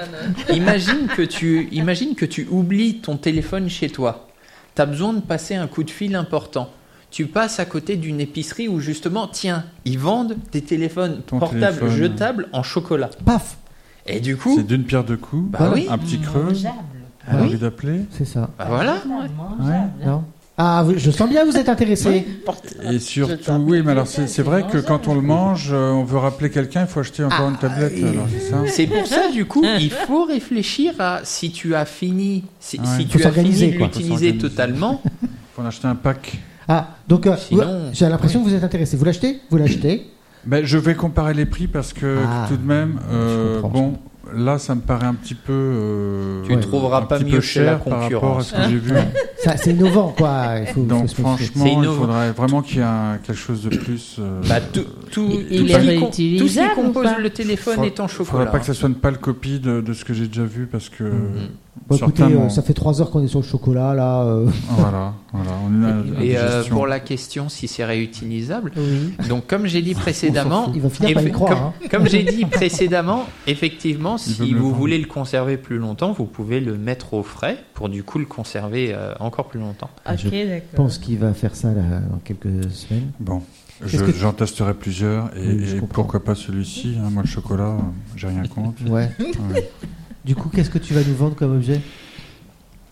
E: Imagine que tu imagine que tu oublies ton téléphone chez toi. T'as besoin de passer un coup de fil important. Tu passes à côté d'une épicerie où justement, tiens, ils vendent des téléphones
A: Ton
E: portables
A: téléphone.
E: jetables en chocolat.
F: Paf,
E: Et du coup,
A: C'est d'une pierre deux coups.
E: Bah oui.
A: Un petit creux.
B: Mangeable.
E: Ah
A: on a
E: oui.
A: envie d'appeler.
F: c'est ça.
E: bah voilà.
B: Mangeable.
F: Non ah, vous- je sens bien vous êtes intéressé.
A: Et surtout, oui, mais alors c'est c'est vrai que quand on le mange, euh, on veut rappeler quelqu'un, il faut acheter encore une tablette. Alors c'est ça.
E: C'est pour ça, du coup, il faut réfléchir à si tu as fini, si,
A: Ouais.
E: si
A: Faut
E: tu as
F: s'organiser,
E: fini de
F: quoi.
A: Faut
E: l'utiliser
A: s'organiser.
E: totalement.
A: Faut en acheter un pack.
F: Ah, donc euh,
E: Sinon-
F: vous- j'ai l'impression que vous êtes intéressé. Vous l'achetez Vous l'achetez
A: Ben, je vais comparer les prix parce que
F: Ah.
A: tout de même, euh,
F: Je comprends.
A: bon, là, ça me paraît un petit peu. euh,
E: Tu trouveras
A: un
E: pas
A: petit
E: mieux
A: peu
E: chez la
A: cher par rapport à ce que j'ai vu.
F: Ça, C'est innovant, quoi. Il faut, faut
A: Donc
F: se méfier.
E: C'est
A: franchement, il
E: innovant.
A: faudrait vraiment qu'il y ait un- quelque chose de plus. euh,
E: Bah, tout, tout,
B: Il-
E: tout
B: il
E: ce
B: est
E: qui com- tout ce
B: réutilisable
E: qui
B: ou
E: compose
B: pas
E: le téléphone
A: Faudra-
E: est en
A: faudrait
E: chocolat.
A: pas que ça soit une pâle copie de, de ce que j'ai déjà vu parce que.
E: Mm-hmm.
F: Bon, écoutez,
A: certains
F: euh,
A: m'ont-
F: ça fait trois heures qu'on est sur le chocolat, là. euh.
A: Voilà, voilà. On a la
E: Et euh,
A: digestion.
E: pour la question si c'est réutilisable, donc comme j'ai dit
F: fout.
E: précédemment,
F: Il va finir par y
E: effe-
F: croire, hein.
E: comme, comme j'ai dit précédemment, effectivement,
A: Il veut
E: si
A: me le
E: vous
A: vendre.
E: voulez le conserver plus longtemps, vous pouvez le mettre au frais pour du coup le conserver euh, encore plus longtemps.
B: Ok,
F: Ah, Je
B: d'accord.
F: pense qu'il va faire ça là, dans quelques semaines.
A: Bon,
F: Est-ce
A: je-
F: que-
A: j'en testerai plusieurs et,
F: Oui, je
A: et
F: comprends.
A: pourquoi pas celui-ci. hein. moi, le chocolat, euh, j'ai
F: (laughs)
A: rien contre.
F: Ouais.
A: Ouais. Euh,
F: Du coup, qu'est-ce que tu vas nous vendre comme objet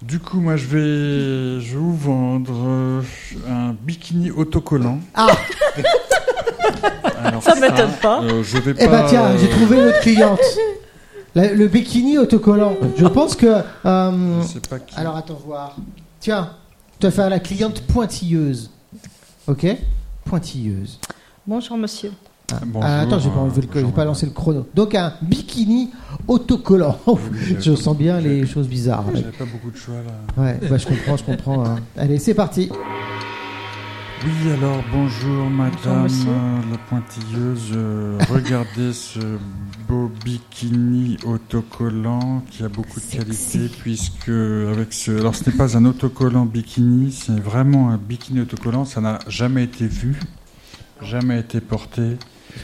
A: Du coup, moi, je vais, je vais vous vendre euh, un bikini autocollant.
F: Ah (laughs)
A: Alors,
B: Ça m'étonne pas.
A: euh, je vais
F: Eh
A: pas.
F: ben tiens,
A: euh,
F: j'ai trouvé notre
A: (laughs)
F: cliente. La- le bikini autocollant. Je pense que. euh,
A: Je sais pas qui.
F: alors attends voir. Tiens, tu vas faire la cliente pointilleuse. Ok Pointilleuse.
D: Bonjour, monsieur.
A: Bonjour,
F: Ah, attends, j'ai pas,
A: euh,
F: enlevé le- j'ai
A: bonjour,
F: pas lancé le chrono. Donc un bikini autocollant. (laughs) je sens bien les choses bizarres.
A: madame. J'avais pas beaucoup de choix là. (laughs)
F: Ouais, bah, je comprends, je comprends. hein. Allez, c'est parti.
A: Oui, alors bonjour
C: Bonjour,
A: madame
C: monsieur.
A: euh, la pointilleuse. Euh, Regardez ce beau bikini autocollant qui a beaucoup de qualité puisque avec ce alors ce n'est pas un autocollant bikini, c'est vraiment un bikini autocollant, ça n'a jamais été vu, jamais été porté.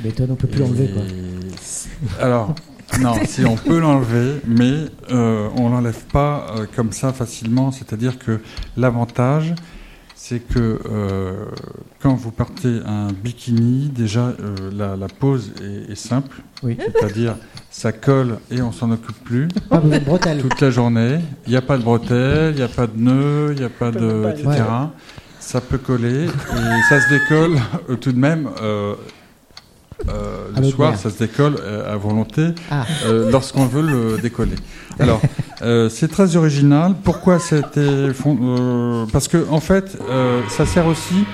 G: Je m'étonne, on peut plus l'enlever. quoi.
A: Et- Alors,
G: (laughs)
A: non, si on peut l'enlever, mais euh, on l'enlève pas euh, comme ça facilement. C'est-à-dire que l'avantage, c'est que euh, quand vous partez un bikini, déjà euh, la, la pose est, est simple.
G: Oui.
A: C'est-à-dire, ça colle et on s'en occupe plus
F: Pas besoin de bretelles.
A: toute la journée. Il n'y a pas de bretelles, il n'y a pas de nœuds, il n'y a pas de. etc.
F: Ouais.
A: Ça peut coller et ça se décolle euh, tout de même. euh, euh,
F: À
A: le
F: l'autre
A: soir,
F: mer.
A: ça se décolle euh, à volonté
F: Ah.
A: euh, lorsqu'on veut le décoller. Alors, euh, c'est très original. Pourquoi c'était fond- euh, Parce que en fait, euh, ça sert aussi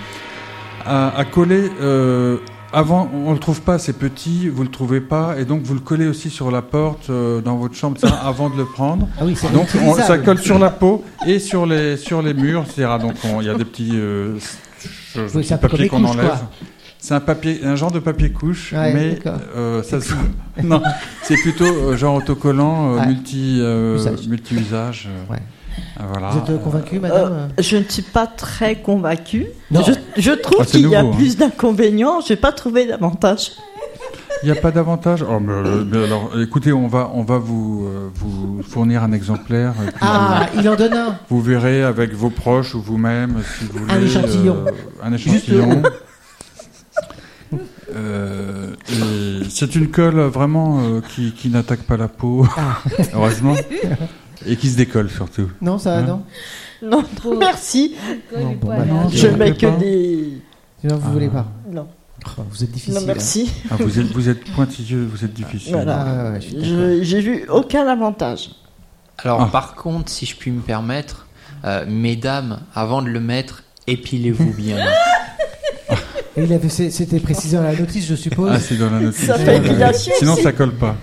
A: à, à coller. euh, avant, on le trouve pas, c'est petit, vous le trouvez pas, et donc vous le collez aussi sur la porte euh, dans votre chambre, ça, avant de le prendre.
F: Ah oui, c'est
A: Donc on- ça
F: utilisable.
A: colle sur la peau et sur les sur les murs, etc. Donc on- il y a des petits euh, choses-
F: Oui, c'est un peu
A: papiers
F: comme
A: qu'on
F: les couches,
A: enlève.
F: quoi.
A: C'est un papier, un genre de papier couche,
F: Ouais,
A: mais
F: d'accord.
A: euh, ça se- (laughs) non, c'est plutôt euh, genre autocollant euh,
F: Ouais.
A: multi euh,
F: Usage.
A: multi usage. euh,
F: Ouais.
A: euh, Voilà.
F: Vous êtes euh, convaincu, madame
D: Euh, je ne suis pas très convaincue.
F: Non.
D: Je, je trouve
A: Ah, c'est
D: qu'il y a
A: nouveau, hein.
D: plus d'inconvénients. Je n'ai pas trouvé d'avantages.
A: Il n'y a pas d'avantage. Oh, mais, euh, mais alors, écoutez, on va on va vous euh, vous fournir un exemplaire. euh, et puis
F: Ah, il en donne un.
A: Vous verrez avec vos proches ou vous-même, si vous voulez.
F: Un échantillon.
A: euh, un échantillon. Euh, et c'est une colle vraiment euh, qui, qui n'attaque pas la peau, (laughs) heureusement, et qui se décolle surtout.
F: Non, ça,
A: Ouais.
F: non.
D: Non,
B: Pour-
D: merci.
B: Colle
F: Non,
B: et
F: bon,
B: poil.
F: bah,
D: Je
A: vous
D: mets
A: voulez
D: que
A: Ah, pas
D: des.
F: Non, vous
A: Ah.
F: voulez pas.
D: Non,
F: Oh, vous êtes difficile.
D: non merci.
A: Ah, vous, êtes, vous êtes pointilleux, vous êtes difficile.
D: Voilà.
F: Ah, ouais, je suis d'accord.
D: Je- J'ai vu aucun avantage.
E: Alors,
A: Ah.
E: par contre, si je puis me permettre, euh, mesdames, avant de le mettre, épilez-vous bien.
F: Et il avait, c'est- c'était précisé dans la notice, je suppose.
A: (laughs) Ah, c'est dans la notice.
D: Ça fait épilation
A: Sinon,
D: aussi.
A: ça colle pas.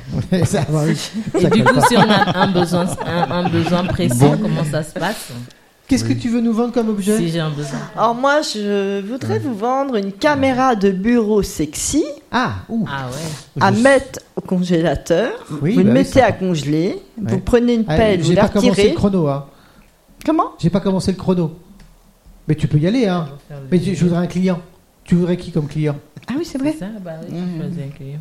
F: Ça,
D: Ah,
F: bah oui.
B: Et
F: Ça
B: du
F: colle
B: coup,
F: pas.
B: si on a un besoin, un, un besoin pressant, comment ça se passe
F: Qu'est-ce que tu veux nous vendre comme objet
B: Si j'ai un besoin.
D: Alors, moi, je voudrais vous vendre une caméra de bureau sexy
F: Ah, ouh.
B: Ah ouais.
F: Je-
D: à mettre au congélateur.
F: Oui,
D: vous le
F: bah oui,
D: mettez
F: ça-
D: à congeler. Vous
F: Ouais.
D: prenez une
F: Ah,
D: pelle, vous
F: J'ai
D: la
F: pas commencé
D: retirez.
F: le chrono, hein.
D: Comment
F: J'ai pas commencé le chrono. Mais tu peux y aller, hein. Mais tu- je voudrais un client. Tu voudrais qui comme client
D: Ah oui, c'est
B: C'est
D: vrai.
B: ça Bah
F: Mm.
B: oui,
D: Mmh.
B: je choisis un client.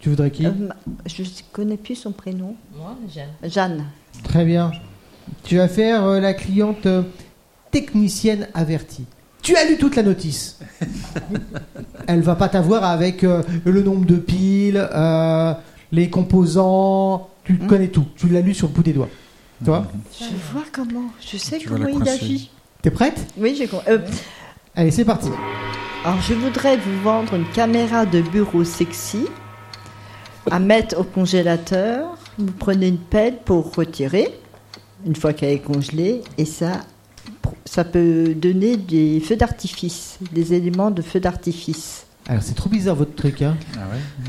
F: Tu voudrais qui
D: Euh, ma- je ne connais plus son prénom.
B: Moi, Jeanne.
F: Ah
D: Jeanne.
F: Très bien. Tu vas faire euh, la cliente euh, technicienne avertie. Tu as lu toute la
D: (laughs)
F: notice. Elle va pas t'avoir avec euh, le nombre de piles, euh, les composants. Tu
D: Hein
F: connais tout. Tu l'as lu sur le bout des doigts. Tu vois
D: Je vois comment. Je sais
A: Tu vas
D: comment
A: la
D: il
A: coincer.
D: agit.
F: T'es prête
D: Oui, j'ai compris. Euh,
F: Allez, c'est parti.
D: Alors, je voudrais vous vendre une caméra de bureau sexy à mettre au congélateur. Vous prenez une pelle pour retirer, une fois qu'elle est congelée, et ça, ça peut donner des feux d'artifice, des éléments de feux d'artifice.
F: Alors, c'est trop bizarre votre truc, hein
A: Ah ouais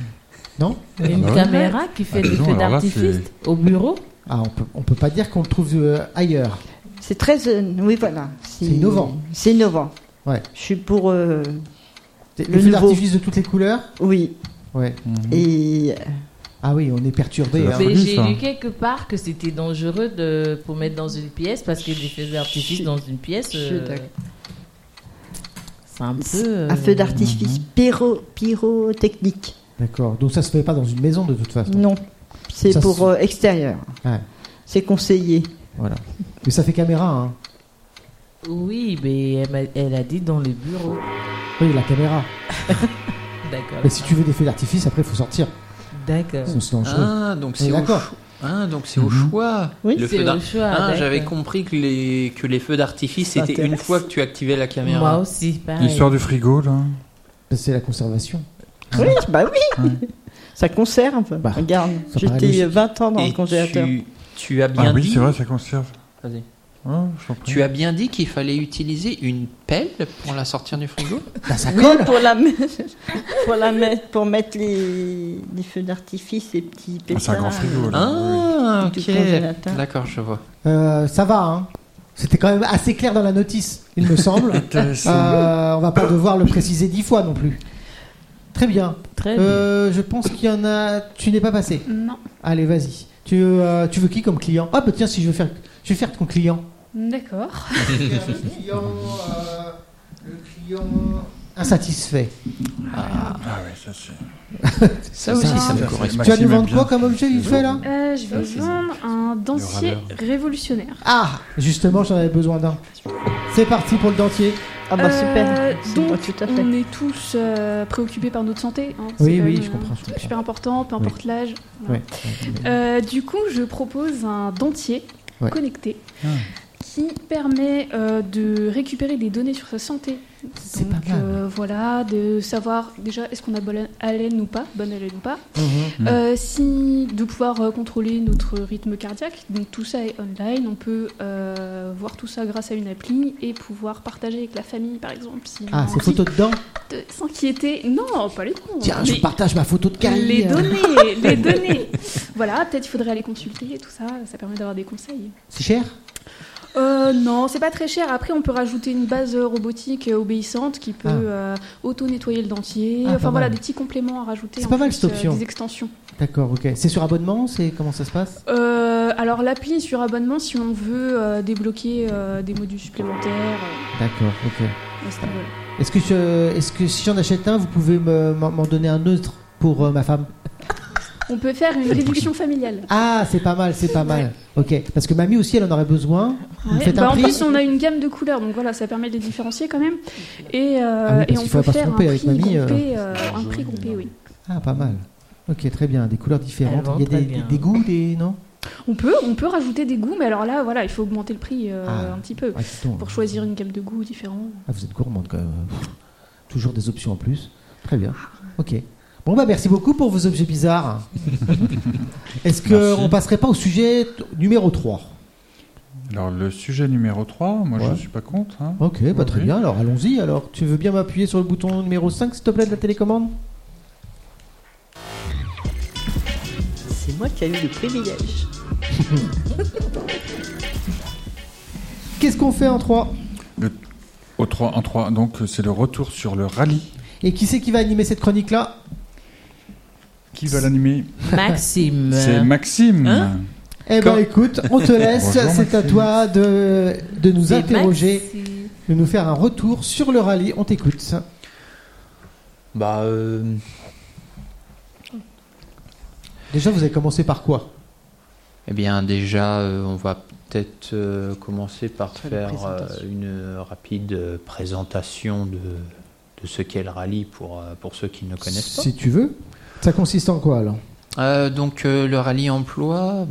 F: Non
B: Une
A: bah ouais.
B: caméra qui fait
A: Ah,
B: des
A: disons,
B: feux
A: alors là,
B: d'artifice au bureau
F: Ah, on peut, on peut pas dire qu'on le trouve euh, ailleurs.
D: C'est très. euh, oui, voilà.
F: C'est innovant.
D: C'est innovant.
F: Ouais.
D: Je suis pour. euh,
F: C'est-
D: Le
F: Le feu
D: nouveau.
F: d'artifice de toutes les couleurs
D: oui.
F: Ouais.
D: Et.
F: Ah oui, on est perturbé.
A: C'est la
F: hein.
A: folie.
B: Mais
A: Joli,
B: j'ai
A: ça.
B: lu quelque part que c'était dangereux de, pour mettre dans une pièce parce que des feux d'artifice dans une pièce.
D: Je suis
B: euh,
D: d'accord.
B: C'est un peu.
D: Un
B: euh,
D: feu
F: Mhm.
D: d'artifice pyro, pyrotechnique.
F: D'accord. Donc ça se fait pas dans une maison de toute façon.
D: Non, c'est
F: Ça
D: pour
F: se-
D: euh, extérieur.
F: Ouais.
D: C'est conseillé.
F: Voilà. Mais ça fait caméra. Hein.
B: Oui, mais elle, m'a- elle a dit dans le bureau.
F: Oui, la caméra.
B: D'accord.
F: Mais si tu veux des feux d'artifice, après il faut sortir.
B: D'accord.
F: Sinon, c'est dangereux.
E: Ah, donc
F: On est
E: c'est au,
F: d'accord.
E: cho- ah, donc c'est au
A: Mhm.
E: choix.
D: Oui,
E: le
B: c'est
E: feu
B: au
E: d'ar-
B: choix,
E: Ah,
B: d'accord.
E: j'avais compris que les, que les feux d'artifice
D: Ça
E: c'était une
D: intéresse.
E: fois que tu activais la caméra.
B: Moi aussi, pareil.
A: L'histoire du frigo, là.
F: C'est la conservation.
D: Oui, bah oui.
A: Ouais.
D: Ça conserve.
F: Bah,
D: Regarde,
F: ça paraît
D: j'étais
F: logique.
D: 20 ans dans
E: Et
D: le congélateur.
E: tu, tu as bien
A: Ah oui,
E: dit.
A: c'est vrai, ça conserve.
E: Vas-y.
A: Oh, je t'en prie.
E: Tu as bien dit qu'il fallait utiliser une pelle pour la sortir du frigo
F: Bah, ça
D: Oui,
F: colle.
D: pour la, mettre- (laughs) pour la mettre, pour mettre les, les feux d'artifice, les petits
A: Ah,
D: pétards.
A: c'est un grand frigo, là.
E: Ah,
D: Du
E: ok.
D: congélateur.
E: D'accord, je vois.
F: Euh, ça va. Hein. C'était quand même assez clair dans la notice, il me semble.
A: Intéressant.
F: Euh, on va pas devoir le préciser dix fois non plus. Très bien.
B: Très
F: Euh, je pense qu'il y en a. Tu n'es pas passé.
C: Non.
F: Allez, vas-y. Tu, euh, tu veux qui comme client Ah, bah tiens, si je veux faire, je vais faire ton client.
C: D'accord.
F: (laughs) le client. euh, le client. Insatisfait.
A: Ah ouais, ça c'est.
E: Ça aussi,
F: ça.
E: ça me
A: Ça,
E: correspond.
A: c'est
F: tu vas
A: Maxime
F: nous vendre
A: aime bien.
F: quoi comme objet vite fait là
C: Euh, je vais
A: Ah, c'est
C: vendre un dentier
A: râleur.
C: révolutionnaire.
F: Ah, justement, j'en avais besoin d'un. C'est parti pour le dentier.
D: Ah bah
C: Euh,
D: super.
C: donc,
D: Bah, tout à fait.
C: On est tous euh, préoccupés par notre santé. hein. C'est
F: Oui,
C: quand
F: oui,
C: même,
F: je comprends. je
C: euh,
F: comprends.
C: Super important, peu importe l'âge. Voilà.
F: Ouais.
C: Euh, du coup, je propose un dentier
F: Ouais.
C: connecté qui permet euh, de récupérer des données sur sa santé.
F: C'est
C: Donc,
F: pas mal.
C: euh, voilà, de savoir déjà est-ce qu'on a bonne haleine ou pas, bonne haleine ou pas.
F: Mhm.
A: Mm.
C: Euh, si de pouvoir euh, contrôler notre rythme cardiaque. Donc tout ça est online. On peut euh, voir tout ça grâce à une appli et pouvoir partager avec la famille, par exemple. Si on a
F: Ah, c'est
C: envie
F: photo dedans.
C: de s'inquiéter. Non, pas les cons.
F: Tiens,
C: Mais
F: je partage ma photo de Carrie.
C: les
F: euh.
C: données,
F: (laughs)
C: les données. Voilà, peut-être il faudrait aller consulter et tout ça. Ça permet d'avoir des conseils.
F: C'est cher
C: Euh, non, c'est pas très cher. Après, on peut rajouter une base euh, robotique euh, obéissante qui peut
F: Ah.
C: euh, auto-nettoyer le dentier.
F: Ah, pas
C: enfin voilà,
F: mal.
C: des petits compléments à rajouter.
F: C'est
C: en
F: pas mal,
C: plus,
F: cette option.
C: euh, des extensions.
F: D'accord, ok. C'est sur abonnement C'est comment ça se passe
C: Euh, alors l'appli est sur abonnement si on veut euh, débloquer euh, des modules supplémentaires.
F: D'accord, ok.
C: euh, à ce niveau-là.
F: Est-ce que, je- est-ce que si j'en achète un, vous pouvez me- m'en m'en donner un autre pour euh, ma femme
C: On peut faire une réduction familiale.
F: Ah, c'est pas mal, c'est pas mal. Ok, parce que mamie aussi, elle en aurait besoin. Vous me
C: Ouais,
F: faites
C: bah,
F: un
C: en
F: prix
C: plus, on a une gamme de couleurs, donc voilà, ça permet de les différencier quand même. Et,
F: Ah oui,
C: euh,
F: parce
C: et
F: qu'il
C: on
F: faudrait
C: peut
F: pas se
C: faire un
F: tromper
C: prix,
F: avec mamie, euh.
C: groupé, euh, un prix groupé, oui.
F: Ah, pas mal. Ok, très bien. Des couleurs différentes.
B: Elle vend
F: Il y a
B: très
F: des,
B: bien.
F: des goûts, des non
C: On peut, on peut rajouter des goûts, mais alors là, voilà, il faut augmenter le prix euh,
F: Ah.
C: un petit peu
F: Ah, dis donc.
C: pour choisir une gamme de goûts différents.
F: Ah, vous êtes gourmande quand même. Pff, Toujours des options en plus. Très bien. Ok. Bon bah merci beaucoup pour vos objets bizarres. Est-ce que
E: Merci.
F: on passerait pas au sujet t- numéro 3
A: Alors le sujet numéro 3, moi je
F: Ouais.
A: ne suis pas contre. hein.
F: Ok, bah très
A: Oui.
F: bien. Alors allons-y. Alors tu veux bien m'appuyer sur le bouton numéro 5 s'il te plaît de la télécommande
D: C'est moi qui ai eu le privilège.
F: Qu'est-ce qu'on fait en 3
A: Au 3, en 3, donc c'est le retour sur le rallye.
F: Et qui c'est qui va animer cette chronique là
A: Qui va l'animer
B: Maxime.
A: C'est Maxime.
B: Ben, Hein
F: Eh ben
E: Quand-
F: écoute, on te laisse.
A: Bonjour,
F: C'est à
A: Maxime.
F: toi de, de nous
B: C'est
F: interroger,
B: Maxime.
F: de nous faire un retour sur le rallye. On t'écoute.
E: Bah, euh,
F: Déjà vous avez commencé par quoi
E: eh bien, déjà, euh, on va peut-être euh, commencer par
D: Faire la
E: faire euh,
D: présentation.
E: une rapide euh, présentation de, de ce qu'est le rallye pour, euh, pour ceux qui ne connaissent pas.
F: Si tu veux. Ça consiste en quoi alors
E: Euh, donc euh, le rallye emploi,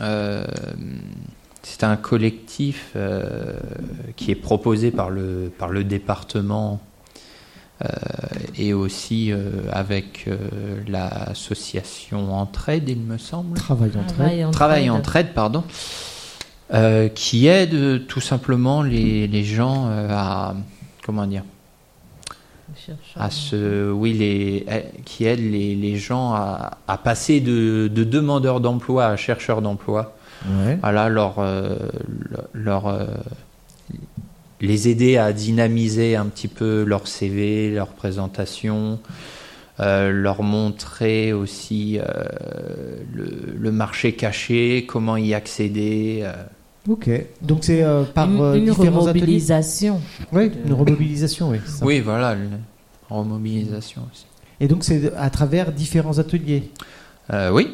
E: euh, c'est un collectif euh, qui est proposé par le, par le département euh, et aussi euh, avec euh, l'association Entraide, il me semble.
F: Travail entre
B: Travail en
E: Travail
B: train de-
E: Entraide, pardon, euh, qui aide euh, tout simplement les, les gens euh, à... Comment dire
B: chercheur.
E: à ce, oui, les, eh, qui aide les, les gens à, à passer de, de demandeurs d'emploi à chercheurs d'emploi.
F: Ouais.
E: Voilà, leur, euh, leur, euh, les aider à dynamiser un petit peu leur CV, leur présentation, euh, leur montrer aussi euh, le, le marché caché, comment y accéder. euh.
F: Ok. Donc c'est euh, par
B: une,
F: euh,
B: une
F: différents ateliers.
B: remobilisation.
F: Oui, une remobilisation, oui. c'est ça.
E: Oui, voilà, le- remobilisation aussi.
F: Et donc c'est à travers différents ateliers.
E: Euh, oui,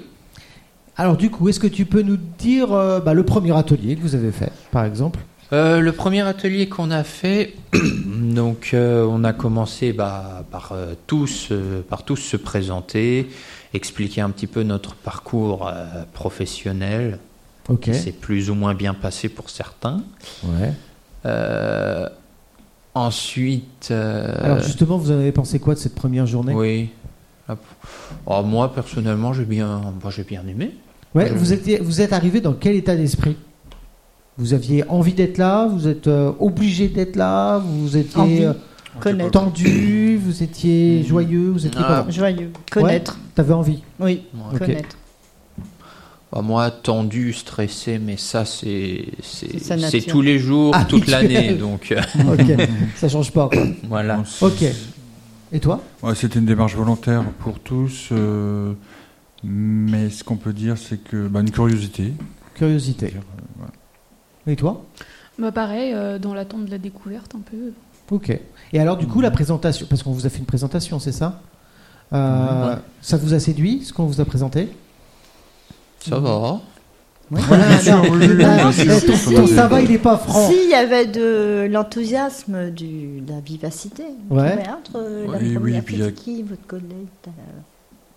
F: Alors du coup, est-ce que tu peux nous dire euh, bah, le premier atelier que vous avez fait, par exemple
E: Euh, le premier atelier qu'on a fait, (clears throat) donc euh, on a commencé bah, par, euh, tous, euh, par tous se présenter, expliquer un petit peu notre parcours euh, professionnel,
F: Ok.
E: qui s'est plus ou moins bien passé pour certains.
F: Ouais.
E: Euh, ensuite, euh,
F: Alors justement, vous en avez pensé quoi de cette première journée
E: oui. Hop. Oh, moi personnellement, j'ai bien, moi, j'ai bien aimé.
A: Euh.
F: Ouais, vous, étiez, vous êtes arrivé dans quel état d'esprit Vous aviez envie d'être là Vous êtes euh, obligé d'être là Vous
D: Envie.
F: étiez euh,
D: Connaître.
F: tendu Vous
A: Mm.
F: étiez joyeux Vous étiez
E: Ah.
A: (laughs)
F: comment
D: Joyeux. Connaître.
F: T'avais envie
D: Oui.
E: Ouais.
F: Ok.
D: Connaître.
E: Bah, moi, tendu, stressé, mais ça, c'est c'est-
D: C'est sa
E: c'est
D: nature.
E: tous les jours,
F: Ah,
E: toute
F: (laughs) tu-
E: l'année. Donc euh,
F: Ok, ça change pas. quoi.
E: voilà.
A: Bon, c'est-
F: Ok. Et toi
A: Ouais, C'était une démarche volontaire pour tous, euh, mais ce qu'on peut dire, c'est que bah, une curiosité.
F: Curiosité.
A: Dire,
F: Et toi
C: Bah pareil, euh, dans l'attente de la découverte un peu.
F: Ok. Et alors, du coup, la présentation, parce qu'on vous a fait une présentation, c'est ça Euh, Ça vous a séduit ce qu'on vous a présenté
E: Ça va.
A: Voilà, (laughs) bien sûr, oui, oui,
D: Ah,
A: bien
D: si,
A: sûr,
D: si,
A: parce
D: si,
A: qu'on a
F: Ton
A: des-
F: ça va, il est pas franc.
D: S'il y avait de l'enthousiasme, du- de la vivacité.
F: Ouais.
D: Mais entre euh, la
A: Oui, oui,
D: première
A: et puis il y a-
D: petite qui, votre collègue, euh,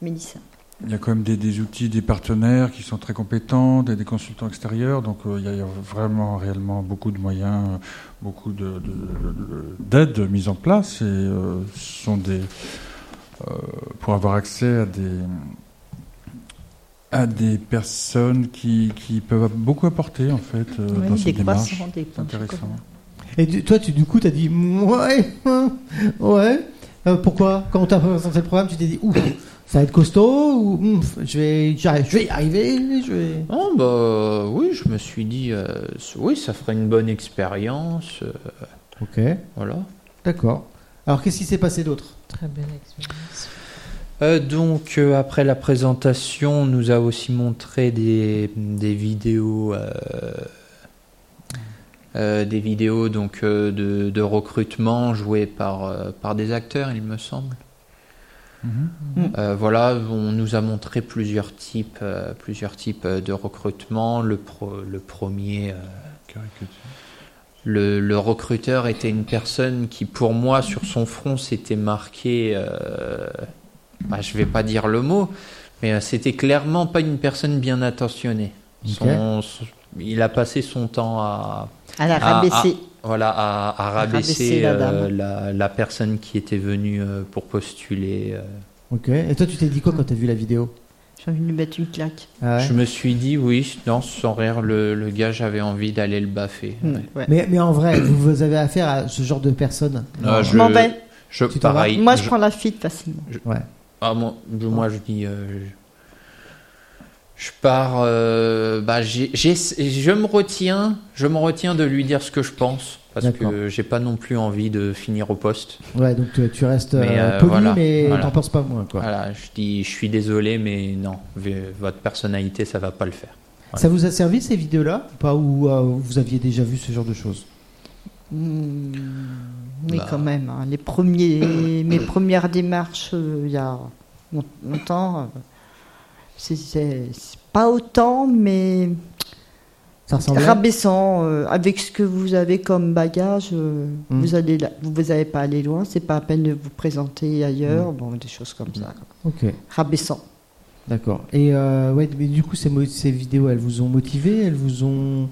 D: Mélissa.
A: Il y a quand même des, des outils, des partenaires qui sont très compétents, des, des consultants extérieurs, donc euh, il y a- il y a vraiment réellement beaucoup de moyens, euh, beaucoup de- de- de- d'aides mises en place et euh, ce sont des euh, pour avoir accès à des à des personnes qui, qui peuvent beaucoup apporter en fait euh,
D: Oui,
A: dans cette
D: des
A: démarche.
D: croissants, des
A: C'est
D: pains de
A: intéressant.
D: chocolat.
F: Et du- toi, tu, du coup, t'as dit ouais, (laughs) hein, ouais. Euh, pourquoi Quand on t'a présenté le programme, tu t'es dit ouf, ça va être costaud ou Ouf, je vais, j'arrive- je vais y arriver, je vais.
E: Oh, bah oui, je me suis dit, euh, oui, ça ferait une bonne expérience. euh,
F: Ok,
E: voilà.
F: d'accord. Alors, qu'est-ce qui s'est passé d'autre
B: Très belle expérience.
E: Euh, donc euh, après la présentation, on nous a aussi montré des, des vidéos, euh, euh, des vidéos donc euh, de, de recrutement jouées par euh, par des acteurs, il me semble.
A: Mhm.
E: Euh, voilà, on nous a montré plusieurs types, euh, plusieurs types euh, de recrutement. Le pro- le premier. euh,
A: Caricature.
E: le, le recruteur était une personne qui, pour moi, sur son front, s'était marqué. euh, bah, je vais pas dire le mot, mais euh, c'était clairement pas une personne bien attentionnée. Son- son- il a passé son temps à,
D: À la
A: Ah,
E: à-
D: rabaisser.
E: à- voilà, à, à rabaisser
D: rabaisser la
E: euh,
D: dame.
E: la, la personne qui était venue euh, pour postuler. euh.
F: Ok. Et toi, tu t'es dit quoi quand t'as vu la vidéo
D: J'ai envie de lui mettre une claque.
F: Ah ouais.
E: Je me suis dit, oui, non, sans rire, le, le gars, j'avais envie d'aller le baffer.
D: Mm,
E: Ouais.
D: ouais.
F: mais, mais en vrai, vous, vous avez affaire à ce genre de personne.
E: Ah,
D: Je m'en vais.
E: je-
F: Tu t'en vas
E: pareil,
D: Moi, je
E: je-
D: prends la fuite facilement.
F: Ouais.
E: Ah, moi, je- moi, je dis. euh, je, je pars. euh, bah, j'ai- j'ai- je me retiens. Je me retiens de lui dire ce que je pense. Parce
F: D'accord.
E: que j'ai pas non plus envie de finir au poste.
F: Ouais. Donc tu, tu restes
E: Mais,
F: euh,
E: euh,
F: poli,
E: voilà,
F: mais
E: voilà.
F: t'en penses pas moins quoi.
E: Voilà, je dis je suis désolé, mais non. v- Votre personnalité, ça va pas le faire.
F: Ça vous a servi ces vidéos-là ou Pas où vous aviez déjà vu ce genre de choses
D: Mmh, oui,
E: Bah.
D: quand même. hein. Les premiers, mes premières démarches, euh, il y a long- longtemps, euh, c'est- c'est c'est pas autant, mais
F: Ça ressemblait.
D: rabaissant. euh, avec ce que vous avez comme bagage, euh,
F: Mm.
D: vous allez, là- vous, vous allez pas aller loin. C'est pas à peine de vous présenter ailleurs. Bon, des choses comme ça. quoi.
F: Ok.
D: Rabaissant.
F: D'accord. Et euh, ouais, mais du coup, ces, mo- ces vidéos, elles vous ont motivé, elles vous ont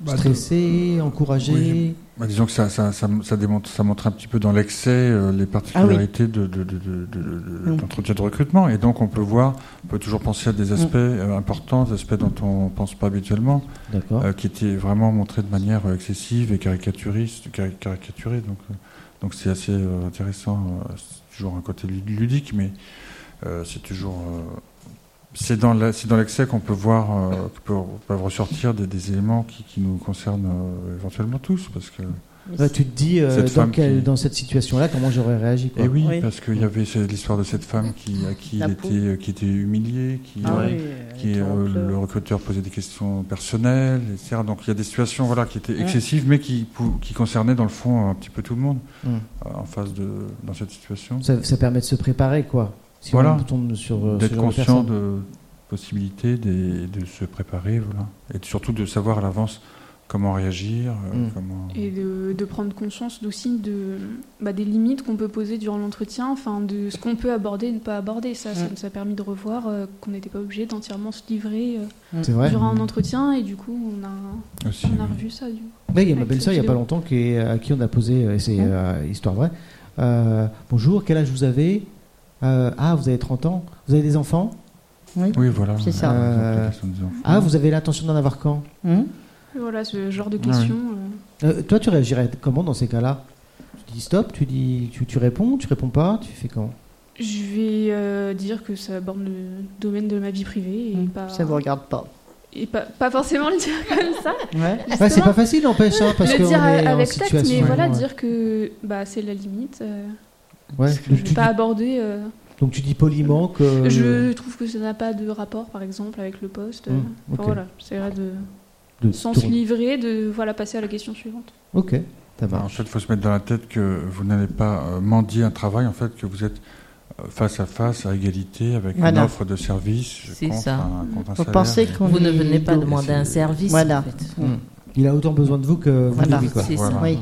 A: Bah,
F: stressé, encouragé.
A: oui. Bah, disons que ça, ça, ça, ça démontre, ça montre un petit peu dans l'excès euh, les particularités de, de, de, de, de- de-
D: Mm.
A: d'entretien de recrutement. Et donc, on peut voir, on peut toujours penser à des aspects euh, importants, des aspects dont on ne pense pas habituellement,
F: D'accord.
A: euh, qui étaient vraiment montrés de manière euh, excessive et caricaturiste, cari- caricaturée. Donc, euh, donc c'est assez euh, intéressant. euh, c'est toujours un côté lu- ludique, mais euh, c'est toujours. euh, c'est dans la- c'est dans l'excès qu'on peut voir, euh, qu'on peut- qu'on peuvent ressortir des, des éléments qui, qui nous concernent euh, éventuellement tous, parce que
F: Ouais, tu te dis, euh,
A: Cette
F: dans,
A: femme
F: quelle-
A: qui-
F: dans cette situation-là, comment j'aurais réagi quoi.
A: Et Eh oui,
D: Oui.
A: parce qu'il y avait ce- l'histoire de cette femme qui, à qui, il
D: La
A: était, euh, qui était humiliée, qui,
E: Ah
A: euh,
E: oui,
A: qui euh, le recruteur posait des questions personnelles, etc. Donc il y a des situations voilà, qui étaient excessives, mais qui, pou- qui concernaient dans le fond un petit peu tout le monde
F: Mm.
A: euh, en face de, dans cette situation.
F: Ça, ça permet de se préparer, quoi. Si
A: Voilà.
F: on tombe sur euh, ce
A: D'être
F: genre de
A: conscient
F: personne.
A: de possibilités, des- de se préparer, voilà. et surtout de savoir à l'avance comment réagir, euh,
F: Mm.
A: comment...
C: Et de, de prendre conscience aussi de, bah, des limites qu'on peut poser durant l'entretien, enfin de ce qu'on peut aborder et ne pas aborder. Ça, ça nous a permis de revoir euh, qu'on n'était pas obligé d'entièrement se livrer euh,
F: C'est vrai.
C: durant un entretien et du coup on a,
A: Aussi,
C: on a
A: oui.
C: revu ça. du coup.
F: Là, il y a ma
C: Avec
F: belle-sœur, il n'y a
C: cette
F: pas
C: vidéo.
F: longtemps, qui est- à qui on a posé, euh, et c'est euh, histoire vraie. Euh, bonjour, quel âge vous avez Euh, Ah, vous avez 30 ans. Vous avez des enfants
A: Oui, voilà.
D: C'est ça.
A: Euh,
F: Euh,
A: la question des enfants.
F: Ah, vous avez l'intention d'en avoir quand
D: Hum
C: Et Voilà ce genre de questions. euh,
F: Euh, toi, tu réagirais comment dans ces cas-là Tu dis stop, tu dis, tu, tu réponds, tu réponds pas, tu fais comment
C: Je vais euh, euh, dire que ça aborde le domaine de ma vie privée et
F: Mm.
C: pas,
D: Ça vous regarde pas.
C: et pas, pas forcément le dire comme ça.
F: Ouais. Ouais, Ah, c'est pas facile, n'empêche, hein, parce
C: le
F: qu'on est
C: dire euh,
F: en
C: avec tact,
F: situation.
C: mais voilà,
F: ouais.
C: dire que bah, c'est la limite. euh,
F: Ouais, donc,
C: je ne
F: tu Euh,
C: vais pas
F: dis,
C: aborder. euh,
F: donc tu dis poliment que.
C: Je trouve que ça n'a pas de rapport, par exemple, avec le poste. euh,
F: Hmm,
C: enfin,
F: ok.
C: voilà, c'est vrai de
F: de
C: sans se
F: tourner.
C: livrer, de voilà passer à la question suivante.
F: Ok, ça
A: Alors, en
F: marche.
A: fait, il faut se mettre dans la tête que vous n'allez pas euh, mendier un travail, en fait, que vous êtes euh, face à face, à égalité, avec une
D: Voilà.
A: offre de service
B: C'est
A: contre
B: ça.
A: un, contre un
D: Vous
A: salaire.
D: pensez qu'on
B: Vous ne
D: est
B: venez pas
D: égaux.
B: demander un service.
D: Voilà.
B: en fait.
F: Il a autant besoin de vous que vous de
D: Voilà.
F: lui, quoi.
B: C'est ça.
A: Voilà.
D: Oui,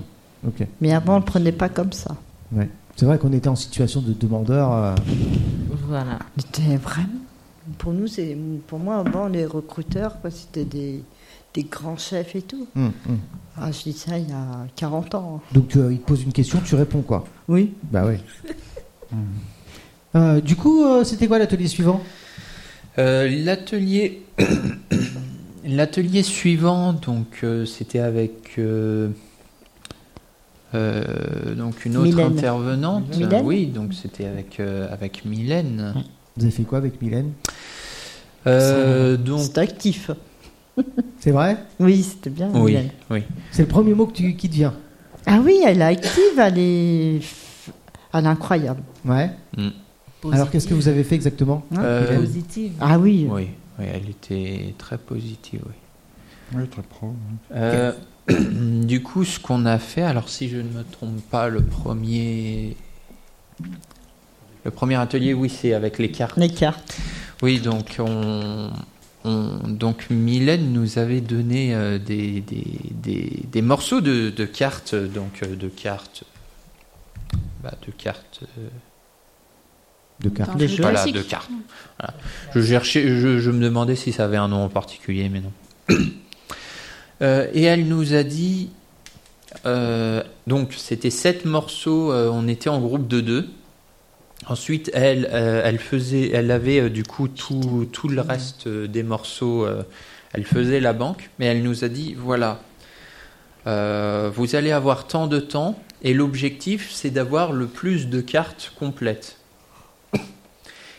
F: Ok.
D: mais avant, on ne le prenait pas comme ça.
F: Ouais. C'est vrai qu'on était en situation de demandeur. euh,
B: Voilà.
D: C'était vraiment. Pour nous, c'est pour moi avant les recruteurs, quoi, c'était des, des grands chefs et tout.
F: hum, hum.
D: Ah, je dis ça il y a 40 ans. hein.
F: Donc tu- il te pose une question, tu réponds quoi
D: Oui.
F: Bah (laughs) oui. Hum. Euh, du coup, euh, c'était quoi l'atelier suivant
E: Euh, l'atelier (coughs) l'atelier suivant donc euh, c'était avec euh, euh, donc une autre
D: Mylène.
E: intervenante
D: Mylène.
E: oui donc c'était avec euh, avec Mylène
F: Vous avez fait quoi avec Mylène
E: Euh, donc
D: C'est actif.
F: C'est vrai
D: Oui, c'était bien.
E: oui
D: Mylène.
E: oui
F: C'est le premier mot que tu, qui te vient.
D: Ah oui, elle est active, elle est, elle est incroyable.
F: Ouais. Alors qu'est-ce que vous avez fait exactement
D: Hein
E: Euh,
F: Mylène
B: Positive.
D: Ah oui.
E: oui oui, elle était très positive oui
A: Oui, très pro. oui.
E: Euh, (clears throat) du coup, ce qu'on a fait, alors si je ne me trompe pas, le premier, le premier atelier, oui, c'est avec les cartes.
D: Les cartes.
E: Oui, donc on, on- donc Mylène nous avait donné euh, des, des, des- des morceaux de, de cartes, euh, donc euh, de cartes, bah, de cartes. euh,
F: De cartes.
C: Des
D: jeux.
C: jeux
E: voilà,
C: classiques.
E: de cartes. Voilà. Je, cherchais, je, je me demandais si ça avait un nom en particulier, mais non. (coughs) Euh, et elle nous a dit. euh, donc, c'était sept morceaux, euh, on était en groupe de deux. Ensuite, elle, euh, elle, faisait, elle avait euh, du coup tout, tout le reste euh, des morceaux. euh, elle faisait la banque, mais elle nous a dit voilà, euh, vous allez avoir tant de temps, et l'objectif, c'est d'avoir le plus de cartes complètes.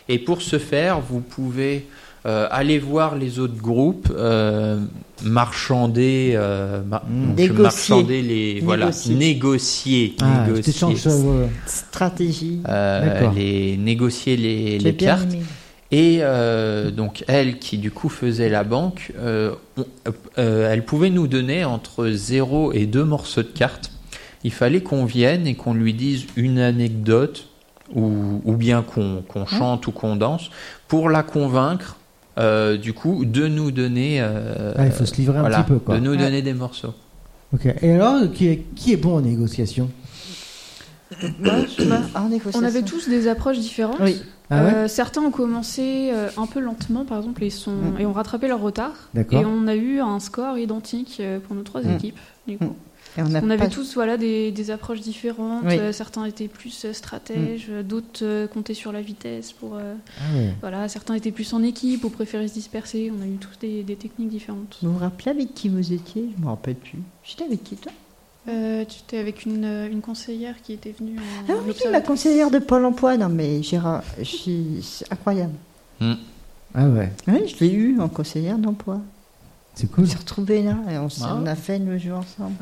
E: Et pour ce faire, vous pouvez euh, aller voir les autres groupes, euh, marchander, euh, mar- donc,
D: Négocier.
E: marchander les. Voilà,
D: Négocier. Ah,
E: négocier.
F: Ah, tu
E: négocier.
F: t'échanges, euh,
D: Stratégie.
E: Euh,
F: D'accord.
E: les, négocier les,
D: J'ai
E: les
D: bien
E: cartes.
D: aimé.
E: Et euh, donc, elle qui du coup faisait la banque, euh, on- euh, elle pouvait nous donner entre 0 et 2 morceaux de cartes. Il fallait qu'on vienne et qu'on lui dise une anecdote ou, ou bien qu'on qu'on chante ou qu'on danse pour la convaincre euh, du coup de nous donner. euh,
F: ah, il faut se livrer un
E: voilà,
F: petit peu, quoi.
E: de nous
D: Ouais.
E: donner des morceaux.
F: Ok. Et alors, qui est, qui est bon en négociation
D: Moi, je vois- ah, négociation.
C: On avait tous des approches différentes.
D: Oui.
F: Ah ouais
C: Euh, certains ont commencé euh, un peu lentement, par exemple, et, sont,
D: Mm.
C: et ont rattrapé leur retard.
F: D'accord.
C: Et on a eu un score identique euh, pour nos trois
D: Mm.
C: équipes. du coup.
D: Mm. Et on, a
C: On avait
D: pas-
C: tous voilà, des, des approches différentes.
D: Oui.
C: Euh, certains étaient plus euh, stratèges, euh, d'autres euh, comptaient sur la vitesse. Pour, euh,
F: Ah ouais.
C: voilà. Certains étaient plus en équipe ou préféraient se disperser. On a eu tous des, des techniques différentes.
D: Vous vous rappelez avec qui vous étiez Je me rappelle plus. J'étais avec qui toi
C: Euh, tu étais avec une, euh, une conseillère qui était venue. en-
D: Ah
C: en
D: oui, la
C: observateur.
D: conseillère de Pôle Emploi. Non mais Gérard, je suis- c'est incroyable.
F: Ah ouais.
D: Oui, je l'ai eu en conseillère d'emploi.
F: C'est
D: On
F: cool.
D: s'est retrouvés là et on, s'est-
E: Ah.
D: on a fait nos jeux ensemble.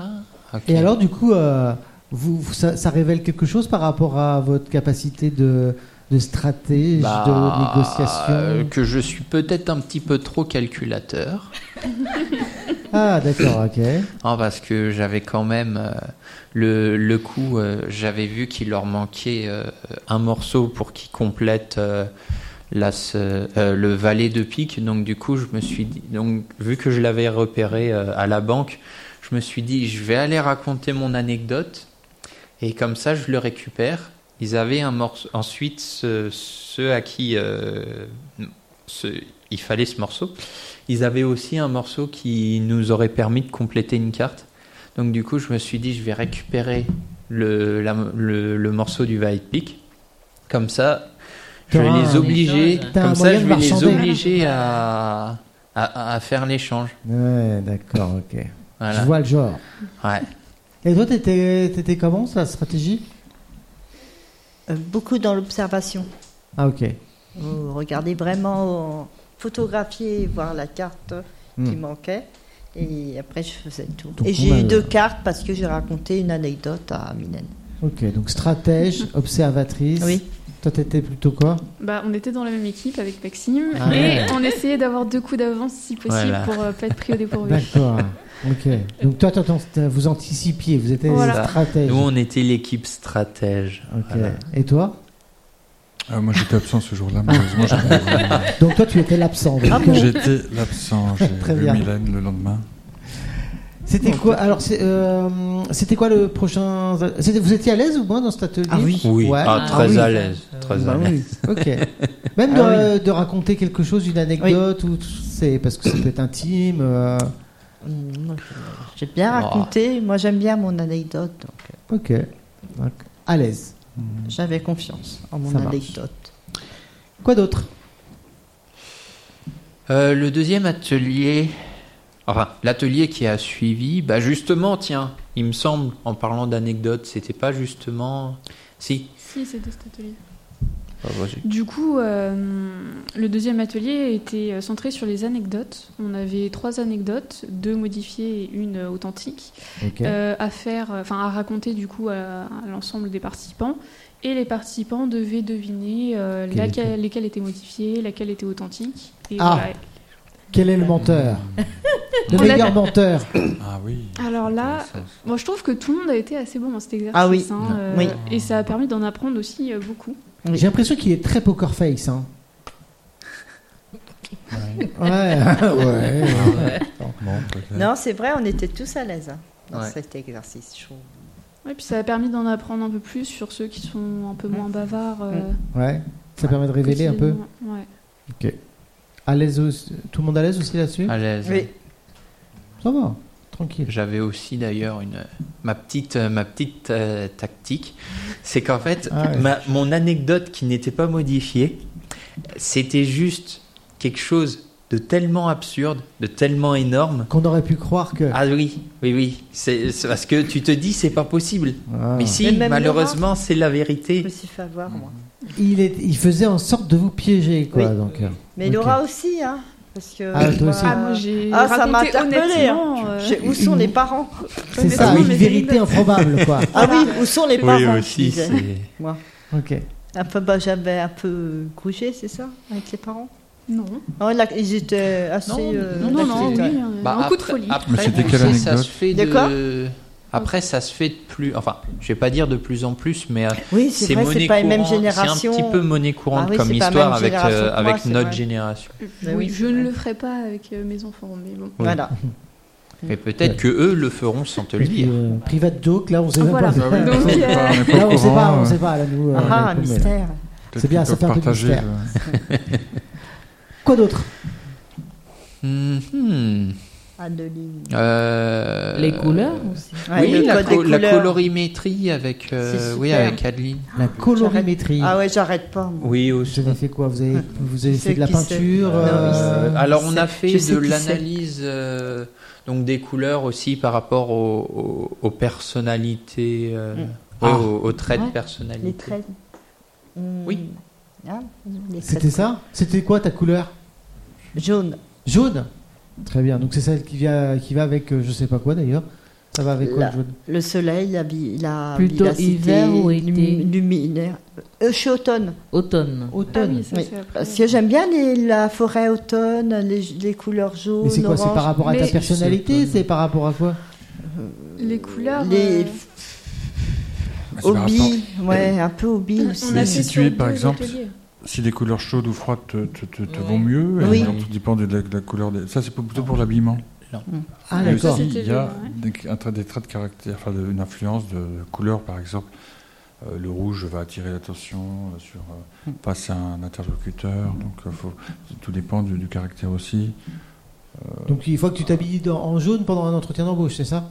E: Ok.
F: Et alors, du coup, euh, vous, vous- ça, ça révèle quelque chose par rapport à votre capacité de, de stratège,
E: Bah,
F: de
E: euh,
F: négociation
E: que je suis peut-être un petit peu trop calculateur.
F: Ah, d'accord, ok.
E: Non, parce que j'avais quand même euh, le, le coup, euh, j'avais vu qu'il leur manquait euh, un morceau pour qu'ils complètent euh, la se- euh, le valet de pique. Donc du coup, je me suis dit, donc vu que je l'avais repéré euh, à la banque, je me suis dit, je vais aller raconter mon anecdote et comme ça, je le récupère. Ils avaient un morceau. Ensuite, ce- ceux à qui euh, ce- il fallait ce morceau. Ils avaient aussi un morceau qui nous aurait permis de compléter une carte. Donc du coup, je me suis dit, je vais récupérer le, la- le, le morceau du White Peak. Comme ça, je vais
F: T'auras
E: les
F: un
E: obliger.
B: échange.
F: T'as un
E: Comme ça,
F: moyen
E: je
F: de
E: vais les
F: marchander.
E: obliger à, à, à faire l'échange.
F: Ouais, d'accord, ok.
E: Voilà.
F: Je vois le genre.
E: Ouais.
F: Et toi, t'étais t'étais comment, sur la stratégie
D: Euh, beaucoup dans l'observation.
F: Ah, ok.
D: Vous regardez vraiment, photographier, voir la carte qui
H: Hmm.
D: manquait. Et après, je faisais le tour.
G: Donc,
D: et
G: on
D: j'ai
G: a
D: eu
G: le-
D: deux cartes parce que j'ai raconté une anecdote à Mylène.
F: Ok, donc stratège, observatrice.
D: Oui.
F: Toi, t'étais plutôt quoi
C: Bah, on était dans la même équipe avec Maxime
E: Ah
C: et
E: ouais.
C: on essayait d'avoir deux coups d'avance si possible
E: Voilà.
C: pour euh, pas être pris au dépourvu.
D: (laughs)
F: D'accord. Ok. Donc toi, toi, t'en- vous anticipiez, vous étiez
C: Voilà.
F: stratège.
E: Nous, on était l'équipe stratège.
F: Ok.
E: Voilà.
F: Et toi
A: Ah, moi j'étais absent ce jour-là, malheureusement.
F: Ah
A: j'avais-
F: Donc toi, tu étais l'absent. donc. euh,
D: Ah bon
A: J'étais
F: (laughs)
A: l'absent. J'ai
F: Très
A: vu
F: bien.
A: Mylène le lendemain.
F: C'était quoi Alors, c'est, euh, c'était quoi le prochain c'était- Vous étiez à l'aise ou moins dans cet atelier
D: Ah oui.
E: Oui,
F: Ouais.
E: ah,
B: Ah
E: très
F: oui.
E: à l'aise. Très
F: Bah
E: à l'aise.
F: oui.
E: (laughs)
F: Ok. Même de,
D: Ah oui.
F: euh, de raconter quelque chose, une anecdote ou c'est parce que ça peut être intime. euh,
D: Hum, moi, je- J'ai bien
E: Oh.
D: raconté. Moi, j'aime bien mon anecdote. donc, euh,
F: Ok. Donc, à l'aise.
D: J'avais confiance en mon
F: Ça marche.
D: anecdote.
F: Quoi d'autre
E: Euh, le deuxième atelier, enfin l'atelier qui a suivi, bah justement, tiens, il me semble, en parlant d'anecdotes, c'était pas justement, si.
C: Si, c'était cet atelier.
E: Ah, vas-y.
C: Du coup, euh, le deuxième atelier était euh, centré sur les anecdotes. On avait trois anecdotes, deux modifiées et une euh, authentique,
F: Ok.
C: euh, à faire, enfin à raconter du coup à, à l'ensemble des participants. Et les participants devaient deviner euh,
F: Quelle
C: laquelle- lesquelles étaient modifiées, laquelle était authentique. Et
F: Ah.
C: voilà.
F: Quel est le
D: (laughs)
F: menteur Le
C: On l'a-
F: meilleur menteur.
A: Ah oui.
C: Alors là, Moi, je trouve que tout le monde a été assez bon dans cet exercice.
D: Ah oui.
C: hein, euh,
D: Oui.
C: Et ça a permis d'en apprendre aussi euh, beaucoup.
D: Oui.
F: J'ai l'impression qu'il est très poker face. Hein. Ouais. ouais.
A: Bon, Ah peut-être.
D: Non, c'est vrai, on était tous à l'aise hein, dans
E: Ouais.
D: cet exercice. je trouve.
C: Et puis ça a permis d'en apprendre un peu plus sur ceux qui sont un peu moins bavards. euh,
F: Ouais. Ça permet de révéler un peu.
C: quotidiennement. Ouais.
F: À l'aise aussi- Tout le monde à l'aise aussi là-dessus
E: à l'aise.
D: Oui.
F: Ça va. Tranquille.
E: J'avais aussi d'ailleurs une ma petite ma petite euh, tactique, c'est qu'en fait
F: Ah ouais.
E: ma- mon anecdote qui n'était pas modifiée, c'était juste quelque chose de tellement absurde, de tellement énorme.
F: Qu'on aurait pu croire que.
E: Ah oui, oui, oui. C'est c'est parce que tu te dis c'est pas possible.
F: Ah.
E: Mais si,
D: Mais même
E: malheureusement, c'est la
D: Je me
E: vérité.
D: suis fait avoir, moi.
F: Il, est- il faisait en sorte de vous piéger, quoi.
D: Oui.
F: Donc, euh,
D: Mais
F: Ok.
D: Laura aussi, hein. Parce que
F: Ah, toi aussi.
C: Ah, moi, j'ai
D: Ah, ça m'a
C: raconté
D: interpellée, hein.
C: honnêtement. euh,
D: J'ai- Où sont les parents
F: c'est ça,
C: Honnêtement,
F: une
C: mes
F: vérité improbable, quoi.
D: Ah oui, où sont les parents hein, je disais.
E: c'est-
D: Moi.
F: Ok.
D: Un peu, bah, j'avais un peu grugé, c'est ça, avec les parents.
C: Non,
D: Oh, là, ils étaient assez.
E: Non,
D: euh,
C: non, non,
D: d'accord.
C: non, oui,
D: Ouais.
C: euh,
E: Bah,
C: un coup de
E: après-
C: folie.
E: Après,
A: Mais c'était
E: tu
A: quelle
E: sais, ça
A: anecdote
E: se fait
D: D'accord.
E: de... Après, ça se fait de plus. Enfin, je vais pas dire de plus en plus, mais euh,
D: Oui, c'est
E: c'est
D: vrai,
E: monnaie
D: c'est pas les mêmes
E: courante.
D: générations.
E: C'est un petit peu monnaie courante
D: Ah oui,
E: comme
D: c'est pas la
E: histoire
D: même
E: avec, euh,
D: génération que moi,
E: avec
D: c'est
E: notre
D: vrai.
E: génération.
D: Bah oui,
C: oui, je
D: c'est
C: ne
D: vrai.
C: le ferai pas avec euh, mes enfants, mais bon.
D: Voilà.
E: Mais peut-être que eux le feront sans te le
F: Puis,
E: dire.
F: euh, private joke, là, on sait même
C: Voilà.
F: pas.
A: Ah oui,
C: Donc,
A: on est pas- on est pas
F: (laughs) Là,
A: au
F: on sait pas,
A: courant,
F: on
A: euh,
F: sait pas. Là, nous, euh, on
D: Ah,
F: est
D: un
F: paumés, là.
D: mystère.
A: peut-être
F: C'est bien,
A: qu'ils
F: ça fait
A: peuvent
F: un peu de
A: partager,
F: mystère.
A: euh,
F: Quoi d'autre
E: Hmm, hmm.
D: Adeline.
E: Euh,
B: Les couleurs aussi.
D: Ouais,
E: Ah. oui,
D: le
E: la,
D: code des
E: co- la
D: couleurs.
E: colorimétrie avec, euh,
D: C'est
E: oui,
D: super.
E: avec Adeline.
F: La colorimétrie.
D: Ah ouais, j'arrête pas. moi.
E: Oui,
F: Vous avez fait quoi Vous avez, vous avez
D: Je
F: fait de
D: sais
F: la
D: qui c'est. Ah,
F: peinture
D: Non,
F: euh,
D: oui, c'est-
E: Alors on a
D: c'est-
E: fait
D: je sais
E: de
D: qui c'est.
E: l'analyse euh, donc des couleurs aussi par rapport aux, aux- aux personnalités, euh,
D: Mm.
E: aux,
F: Ah.
E: aux traits
D: Ouais.
E: de personnalité.
D: Les traits. Hmm.
E: Oui.
D: Hein, les traits.
F: C'était ça C'était quoi ta couleur
D: Jaune.
F: Jaune Très bien, donc c'est celle qui, vient, qui va avec euh, je sais pas quoi d'ailleurs. Ça va avec quoi
D: Là.
F: le jaune
D: Le soleil, la, vi- la
B: Plutôt
D: vivacité,
B: hiver ou
D: lumi-
B: été
D: luminaire. Euh, je suis automne.
B: Automne.
C: Ah
F: Automne.
C: oui, ça
D: Oui.
E: euh,
C: c'est après.
D: Parce que j'aime bien les- la forêt automne, les, les couleurs jaunes,
F: Mais c'est quoi C'est par
D: oranges.
F: rapport à ta
C: Mais-
F: personnalité C'est par rapport à quoi
C: Les couleurs. euh,
D: Les
F: Ah,
A: mais
F: Oh
A: c'est par
D: hobbies. Ouais, un peu hobby aussi.
C: on a
A: si
C: fait
A: tu
C: sur
A: es, par
C: deux
A: exemple,
C: ateliers.
A: si les couleurs chaudes ou froides te, te- te- te
B: Ouais.
A: vont mieux, et
D: Oui.
A: alors, tout dépend de la, de la couleur. Des... Ça, c'est plutôt pour l'habillement.
F: Ah
A: Mais
F: d'accord.
A: aussi,
C: C'était
A: il y a
C: joli,
A: des, un trait- des traits de caractère, enfin, de- une influence de, de couleur, par exemple. Euh, le rouge va attirer l'attention euh, sur euh, face à un interlocuteur. Donc, euh, faut- tout dépend du, du caractère aussi.
F: Donc il faut que tu t'habilles dans- en jaune pendant un entretien d'embauche, c'est ça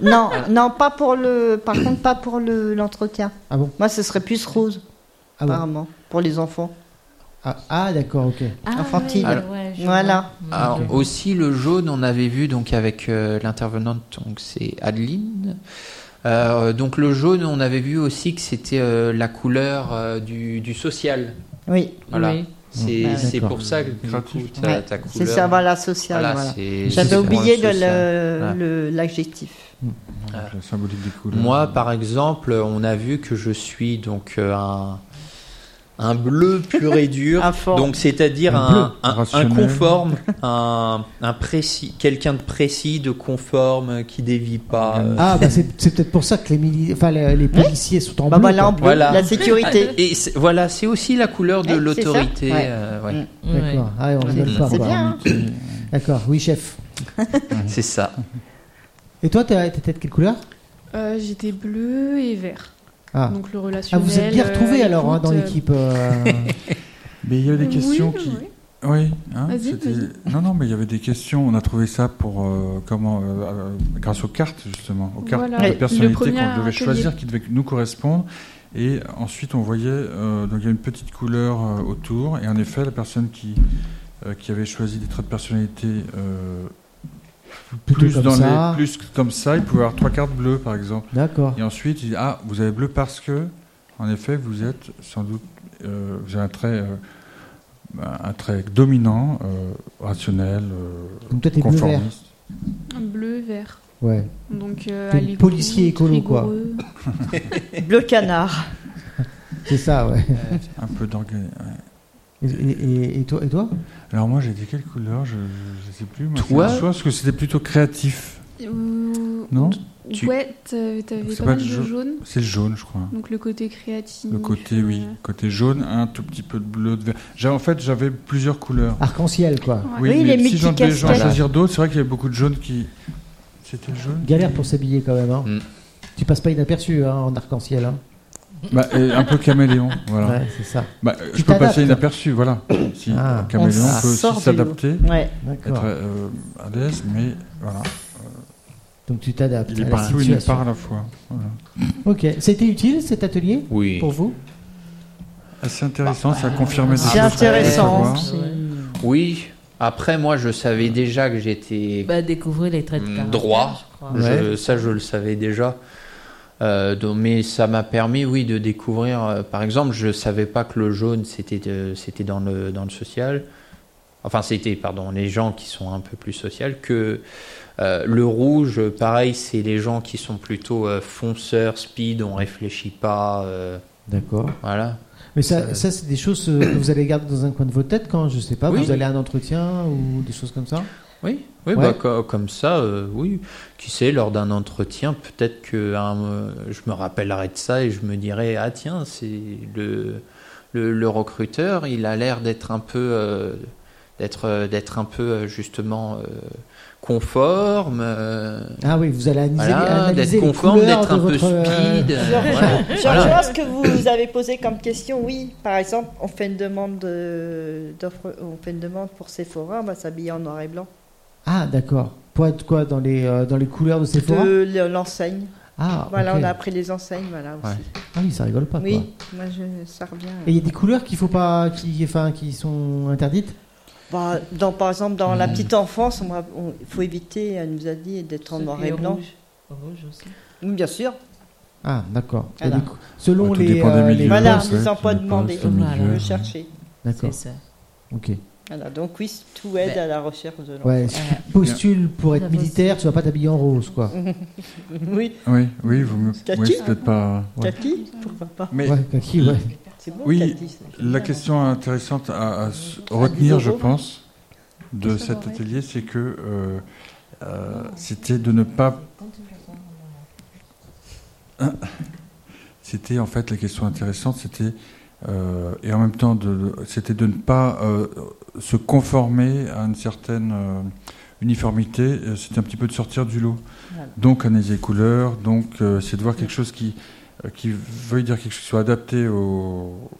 D: Non, non, pas pour le. Par contre, pas pour le- l'entretien.
F: Ah bon
D: Moi, ce serait plus rose,
F: Ah bon
D: apparemment, pour les enfants.
F: Ah, ah, d'accord, ok.
B: Ah,
D: Enfantine.
B: ouais, ouais, je
D: Voilà.
B: vois.
E: Alors,
B: Ok.
E: Ah, aussi le jaune, on avait vu donc avec euh, l'intervenante, donc c'est Adeline. Euh, donc le jaune, on avait vu aussi que c'était euh, la couleur euh, du, du social.
D: Oui.
E: Voilà.
B: Oui.
E: C'est
D: Ouais,
E: c'est
G: d'accord.
E: pour ça que du
A: Créatif.
E: coup, ta,
D: Ouais,
E: ta
D: C'est
E: couleur.
D: ça, voilà, social.
E: Voilà,
D: voilà.
E: c'est- c'est
D: J'avais
E: pour le
D: oublié de
E: social.
D: le-
E: Ouais.
D: le- l'adjectif.
A: Donc, La symbolique des couleurs.
E: Ah. Moi, par exemple, on a vu que je suis donc euh, un, un bleu pur et
D: (laughs)
E: dur.
D: Ah Un fort.
E: donc, c'est-à-dire
A: Un bleu
E: un, un, un
A: rationnel.
E: conforme, un, un précis, quelqu'un de précis, de conforme, qui dévie pas. euh.
F: Ah, bah, c'est c'est peut-être pour ça que les, mili- enfin, les, les policiers sont en
D: Bah
F: bleu,
D: voilà, en
F: quoi.
D: bleu,
E: Voilà. (laughs)
D: la sécurité.
E: Et c'est- voilà, c'est aussi la couleur de
D: Ouais, c'est
E: l'autorité.
D: ça. Ouais.
E: euh, ouais,
D: Mm.
B: Ouais.
F: D'accord. Ah, on rigole pas.
D: C'est
F: quoi.
D: bien. hein.
F: D'accord. Oui, chef.
E: C'est ça.
F: Et toi, t'es t'étais de quelle couleur
C: Euh, J'étais bleu et vert.
F: ah.
C: Donc le
F: Ah,
C: relationnel.
F: vous êtes bien retrouvés
C: euh,
F: alors hein,
C: l'écoute,
F: dans
C: euh,
F: l'équipe. euh,
A: Mais il y a des
C: oui,
A: questions
C: oui.
A: qui. Oui, hein,
C: Vas-y,
A: c'était- Non, non, mais il y avait des questions. On a trouvé ça pour euh, comment, euh, euh, grâce aux cartes justement, aux cartes
C: Voilà.
A: de
D: Oui.
A: personnalité
C: Le
A: qu'on
C: premier
A: devait
C: atelier.
A: choisir, qui devaient nous correspondre. Et ensuite, on voyait euh, donc il y a une petite couleur euh, autour. Et en effet, la personne qui euh, qui avait choisi des traits de personnalité euh,
F: euh, plutôt
A: plus
F: comme
A: dans
F: ça.
A: les plus comme ça, il pouvait avoir trois cartes bleues par exemple.
F: D'accord.
A: Et ensuite, il dit Ah, vous avez bleu parce que, en effet, vous êtes sans doute. euh, vous avez un trait, euh, un trait dominant, euh, rationnel, euh,
F: Donc toi, t'es bleu vert.
A: conformiste.
C: Bleu et vert.
F: Ouais.
C: Donc euh,
F: T'es
C: à l'écoute,
F: policier écolo, quoi.
C: rigoureux.
D: Bleu canard.
F: C'est ça. Ouais.
A: Un peu d'orgueil. ouais.
F: Et, et- et toi, et toi
A: Alors, moi, j'ai dit quelle couleur Je ne sais plus. Moi,
E: Toi
A: c'est un choix, parce que c'était plutôt créatif,
C: Euh,
A: non
E: Tu-
C: Ouais, t'avais euh, t'avais
A: C'est
C: pas
A: pas
C: mal
A: le
C: de
A: jaune.
C: jaune.
A: C'est le jaune, je crois.
C: Donc le côté créatif.
A: Le côté, oui.
C: euh,
A: Côté jaune, un tout petit peu de bleu, de vert. J'ai- En fait, j'avais plusieurs couleurs.
F: Arc-en-ciel, quoi.
C: ouais.
D: Oui,
A: mais
D: les
A: si j'en devais j'en
D: multicasquettes.
A: choisir d'autres, c'est vrai qu'il y avait beaucoup de jaunes qui. C'était le jaune
F: Galère pour s'habiller quand même. Hein.
E: Mm.
F: Tu passes pas inaperçu hein, en arc-en-ciel. Hein.
A: Bah, et un peu caméléon, voilà.
F: Ouais, c'est ça.
A: Bah, euh, je peux
F: t'adaptes.
A: passer inaperçu, voilà. Si
F: Ah.
A: un caméléon
D: On
A: peut
D: sort
A: aussi
D: du
A: s'adapter,
D: Ouais.
A: être
F: D'accord.
A: euh, à l'aise, mais voilà,
F: Donc tu t'adaptes.
A: il est
F: à la
A: partout, il est
F: situation.
A: part à la fois. Voilà.
F: Ok. C'était utile cet atelier
E: Oui.
F: pour vous
A: Assez intéressant, ça a confirmé des
D: C'est
A: choses que je voulais
D: intéressant.
A: savoir.
D: c'est-
E: Oui. Après, moi, je savais déjà que j'étais
B: Bah, découvrir les traits de
E: Mm,
B: caractère,
E: droit.
B: je crois.
F: Ouais.
E: Je- ça, je le savais déjà. Euh, donc- mais ça m'a permis, oui, de découvrir. euh, par exemple, je savais pas que le jaune, c'était de- c'était dans le dans le social. Enfin, c'était, pardon, les gens qui sont un peu plus social que euh, le rouge. Pareil, c'est les gens qui sont plutôt euh, fonceurs, speed. On réfléchit pas. euh,
F: D'accord.
E: voilà.
F: Mais ça, ça c'est des choses euh, que vous allez garder dans un coin de votre tête quand, je sais pas,
E: Oui.
F: vous allez à un entretien ou des choses comme ça
E: Oui, oui,
F: Ouais.
E: bah, co- comme ça, euh, oui. Qui sait, lors d'un entretien, peut-être que hein, euh, je me rappellerai de ça et je me dirai ah tiens, c'est le, le le recruteur, il a l'air d'être un peu euh, d'être euh, d'être un peu euh, justement euh, conforme. euh,
F: Ah oui, vous allez analyser,
E: voilà, d'être
F: analyser les
E: conforme,
F: couleurs
E: d'être
F: de
E: un peu
F: votre, euh,
E: speed. euh,
D: Je
E: voilà.
D: rejoins- je
E: Voilà.
D: rejoins ce que vous avez posé comme question. Oui, par exemple, on fait une demande de- d'offre, on fait une demande pour Sephora, on va s'habiller en noir et blanc.
F: Ah d'accord. Pour être quoi dans les euh, dans les couleurs de Sephora
D: De l'enseigne.
F: Ah
D: Voilà,
F: ok.
D: on a appris les enseignes, voilà aussi.
F: Ah oui, ça rigole pas. quoi.
D: Oui, moi je, ça revient.
F: Et il y a des couleurs qu'il faut pas, qui, enfin, qui sont interdites.
D: Bah, dans, par exemple, dans
A: Hmm.
D: la petite enfance, on va- on- il faut éviter, elle nous a dit, d'être en noir et blanc.
B: Rouge. Rouge aussi.
D: Oui, bien sûr.
F: Ah d'accord. Il y a
D: Voilà.
F: des cou- Selon
A: Ouais, tout
F: les, euh,
A: dépend des milieux,
F: les
D: Voilà,
A: en fait,
D: les emplois
A: tout dépend
D: demandés.
A: des milieux.
B: Voilà.
D: On peut chercher.
F: D'accord.
B: C'est ça.
F: Ok.
D: Voilà, donc oui, tout aide à la recherche de l'emploi.
F: Ouais. Si tu postules pour être
B: Ça va
F: militaire, tu vas pas t'habiller en rose quoi.
D: (laughs) Oui,
A: Oui, oui, vous me.
D: Cathy
A: Oui, c'est peut-être pas. ouais.
D: Cathy, pourquoi pas
A: Mais
F: Ouais, kaki, ouais.
D: C'est bon,
A: Oui,
D: Cathy. c'est
A: la
D: génial.
A: question intéressante à, à s- retenir, je
D: euros.
A: pense, de
C: Qu'est-ce
A: cet
C: qu'on aurait
A: atelier, c'est que euh, euh, c'était de ne pas. (coughs) Hein C'était en fait la question intéressante, c'était euh, et en même temps de, c'était de ne pas euh, se conformer à une certaine euh, uniformité. euh, C'était un petit peu de sortir du lot.
D: Voilà.
A: Donc analyser les couleurs, donc euh, c'est de voir quelque chose qui euh, qui veuille dire quelque chose qui soit adapté au,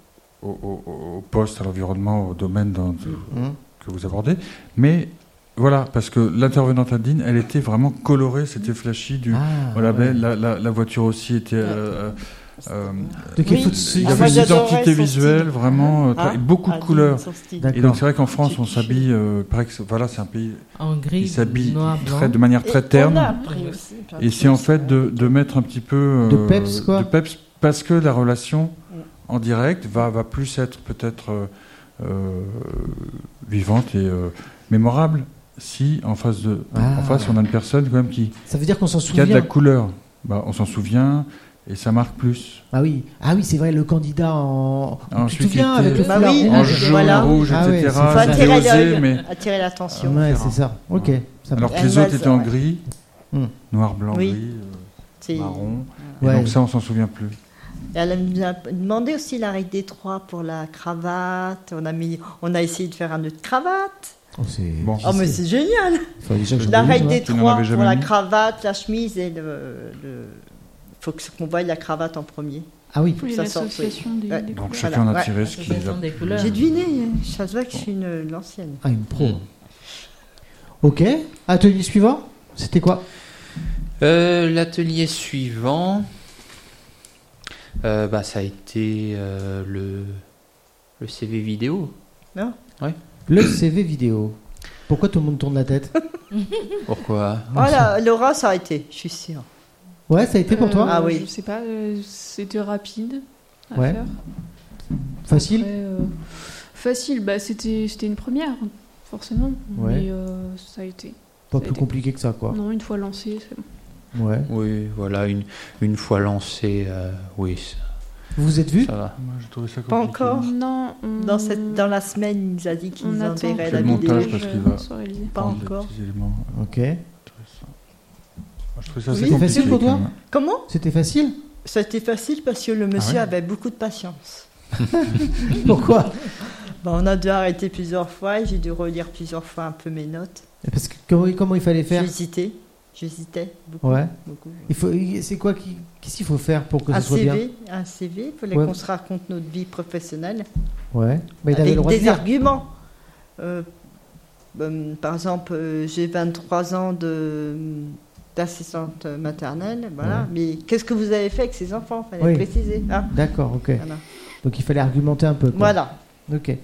A: au, au- au poste, à l'environnement, au domaine dans-
F: Mhm.
A: que vous abordez. Mais voilà, parce que l'intervenante Adeline, elle était vraiment colorée, c'était flashy. Du,
F: Ah,
A: voilà,
F: ouais.
A: ben, la, la- la voiture aussi était. euh,
D: Ah,
A: euh,
F: Donc il
D: Oui.
F: faut
A: il y
D: Ah,
A: avait
D: moi,
A: une
D: j'adorais
A: identité
D: son
A: visuelle,
D: style.
A: vraiment euh, très-
D: Ah,
A: beaucoup de
D: Adeline,
A: couleurs.
D: son style.
A: Et donc
F: D'accord.
A: c'est vrai qu'en France,
D: Tu-
A: on
D: tu-
A: s'habille. euh, pareil que- voilà, c'est un pays
B: En
A: qui
B: gris,
A: s'habille
B: noir,
A: très-
B: blanc.
A: de manière
D: Et
A: très
D: on a
A: terne.
D: appris aussi plein de
A: Et c'est en
D: choses,
A: fait de, de mettre un petit peu euh,
F: De peps, quoi.
D: Mm.
A: de peps, parce que la relation
D: Ouais.
A: en direct va, va plus être peut-être euh, euh, vivante et euh, mémorable si en face, de,
F: Ah.
A: en face on a une personne quand même qui,
F: Ça veut dire qu'on s'en
A: qui a de
F: souvient.
A: la couleur. Bah, on s'en souvient et ça marque plus.
F: Ah oui, ah oui, c'est vrai, le candidat en.
A: Ah, celui
F: tu te
A: qui
F: souviens
A: était-
F: avec le
D: Bah
F: foulard
D: oui,
A: En
F: rouge
D: Ah,
A: jaune,
D: voilà.
A: rouge,
F: Ah ouais,
A: etc.
F: c'est
D: Faut
F: ça.
A: c'était
D: attirer
A: osé,
D: l'œil,
A: mais
D: attirer l'attention.
F: Ouais, c'est ça. Ok. Ça
A: alors que
D: Elle
A: les autres
D: reste,
A: étaient en
D: ouais.
A: gris,
F: Hmm.
A: noir, blanc,
D: Oui.
A: gris, euh,
D: C'est-
A: marron. Et
F: Ouais.
A: donc ça, on s'en souvient plus.
D: Elle nous a demandé aussi la règle des trois pour la cravate. On a, mis, on a essayé de faire un nœud de cravate.
F: Oh, c'est.
A: Bon.
D: Oh, mais c'est génial
F: Faut déjà que j'en
D: La
F: délise,
D: règle
F: moi.
D: des
A: hein. Tu n'en
D: trois
A: avais
D: pour
A: jamais
D: la
A: mis
D: cravate, la chemise et le... le- faut que- qu'on voie la cravate en premier.
F: Ah oui.
C: Oui,
D: Ça sort,
C: l'association des,
D: Ouais.
C: des
A: Donc
C: couleurs.
A: chacun
D: Voilà,
A: a tiré
D: ouais,
A: ce qu'il
B: Association
A: a.
B: des couleurs.
D: J'ai deviné, hein. ça se voit que je suis une, une ancienne.
F: Ah, une
D: Mm.
F: pro. Ok. Atelier suivant C'était quoi
E: Euh, L'atelier suivant, euh, bah, ça a été euh, le, le CV vidéo.
F: Le CV vidéo. Pourquoi tout le monde tourne la tête
E: Pourquoi
A: Ah,
D: Voilà, Oh, Laura, ça a été, je suis sûre.
F: Ouais, ça a été pour
C: Euh,
F: toi
D: Ah oui.
C: Je sais pas, euh, c'était rapide à
F: Ouais.
C: faire.
F: Facile
C: Après, euh, Facile, bah, c'était c'était une première, forcément.
F: Ouais.
C: Mais euh, ça a été.
F: Pas
C: ça a
F: plus
C: été.
F: compliqué que ça, quoi.
C: Non, une fois lancé, c'est bon.
F: Ouais.
E: Oui, voilà, une, une fois lancé, euh, oui, ça,
F: Vous vous êtes vus
E: ça va.
A: Moi, j'ai trouvé ça
D: Pas
A: compliqué.
D: encore.
C: Non, on-
D: Oh. Dans, cette, dans la semaine, il nous a dit qu'il
C: on
D: nous
C: attend
D: enverrait
A: C'est
D: la
A: le
D: vidéo.
A: montage, parce qu'il va-
C: sur Élysée.
D: Pas
A: Prendre des
D: encore.
A: petits éléments
F: Ok.
A: intéressants. Moi, je trouvais ça
D: Oui,
A: assez
D: c'est
A: compliqué.
F: facile pour toi
A: quand même.
D: Comment
F: C'était facile (laughs)
D: C'était facile parce
F: Ah
D: que le monsieur
A: ouais
D: avait beaucoup de patience.
F: Pourquoi
D: Bah, on a dû arrêter plusieurs fois et j'ai dû relire plusieurs fois un peu mes notes.
F: Parce que comment, comment il fallait
D: J'ai
F: faire
D: hésité, j'hésitais beaucoup.
F: Ouais.
D: beaucoup.
F: Il faut. il- C'est quoi qui- Qu'est-ce qu'il faut faire pour que ça
D: Un
F: soit bien
D: CV, un CV, il fallait
F: Ouais.
D: qu'on se raconte notre vie professionnelle
F: Ouais. Mais t'avais
D: avec
F: le droit de
D: des
F: dire.
D: arguments. Euh, ben, par exemple, euh, j'ai 23 ans de d'assistante maternelle, voilà.
F: Ouais.
D: Mais qu'est-ce que vous avez fait avec ces enfants Fallait
F: Oui.
D: préciser. hein.
F: D'accord, ok.
D: Voilà.
F: Donc il fallait argumenter un peu. quoi.
D: Voilà.
F: Ok.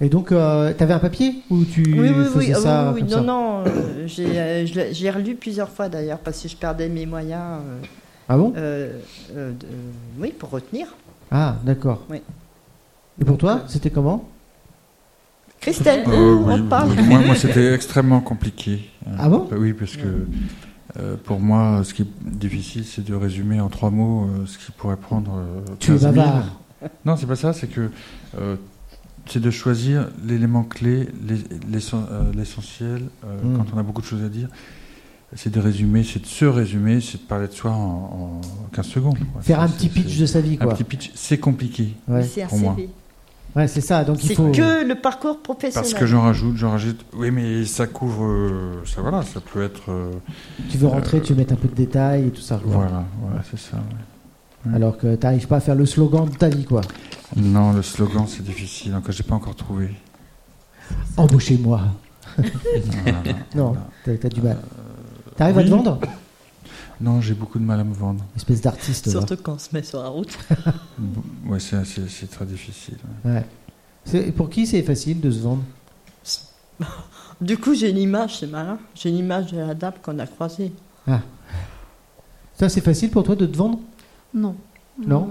F: Et donc, euh, t'avais un papier ou tu
D: Oui, oui,
F: faisais
D: oui.
F: ça
D: ah oui, oui,
F: comme ça
D: Non, non. euh, j'ai euh, je l'ai- j'ai relu plusieurs fois d'ailleurs parce que je perdais mes moyens. euh,
F: Ah bon
D: euh, euh, de- oui, pour retenir.
F: Ah, d'accord.
D: Oui.
F: Et pour toi, c'était comment
D: Christelle,
A: Euh, oui,
D: on parle.
A: oui, Moi, moi, c'était extrêmement compliqué.
F: Ah bon
A: Bah Oui, parce que euh, pour moi, ce qui est difficile, c'est de résumer en trois mots euh, ce qui pourrait prendre. euh,
F: Tu es
A: 15 000.
F: bavard.
A: Non, c'est pas ça. C'est que euh, c'est de choisir l'élément clé, l'es- l'essen- euh, l'essentiel. euh,
F: Mm.
A: Quand on a beaucoup de choses à dire, c'est de résumer, c'est de se résumer, c'est de parler de soi en, en 15 secondes. quoi.
F: Faire
A: C'est-
F: un petit
A: c'est-
F: pitch
A: c'est-
F: de sa vie,
A: Un
F: quoi.
A: petit pitch, c'est compliqué.
F: Ouais,
D: C'est un
A: pour moi.
D: CV.
F: Ouais, c'est ça. Donc il
D: C'est
F: faut.
D: que le parcours professionnel.
A: Parce que j'en rajoute, j'en rajoute. Oui, mais ça couvre. euh, ça, voilà, ça peut être. euh,
F: Tu veux rentrer, tu veux mettre un peu de détails et tout ça. quoi.
A: voilà, voilà, c'est ça. ouais.
F: Alors que t'arrives pas à faire le slogan de ta vie, quoi.
A: Non, le slogan, c'est difficile. Encore, j'ai pas encore (laughs) trouvé.
F: Embauchez-moi.
A: Voilà.
F: Non, t'as t'as du mal. T'arrives à
A: oui.
F: te vendre
A: Non, j'ai beaucoup de mal à me vendre.
F: Espèce d'artiste. va.
D: Surtout quand on se met sur la route.
A: Ouais, c'est, c'est- c'est très difficile. ouais.
F: Ouais. C'est- Pour qui c'est facile de se vendre
D: Du coup, j'ai une image, c'est malin. J'ai une image de la dame qu'on a croisée.
F: Ça, c'est facile pour toi de te vendre
C: Non.
F: Non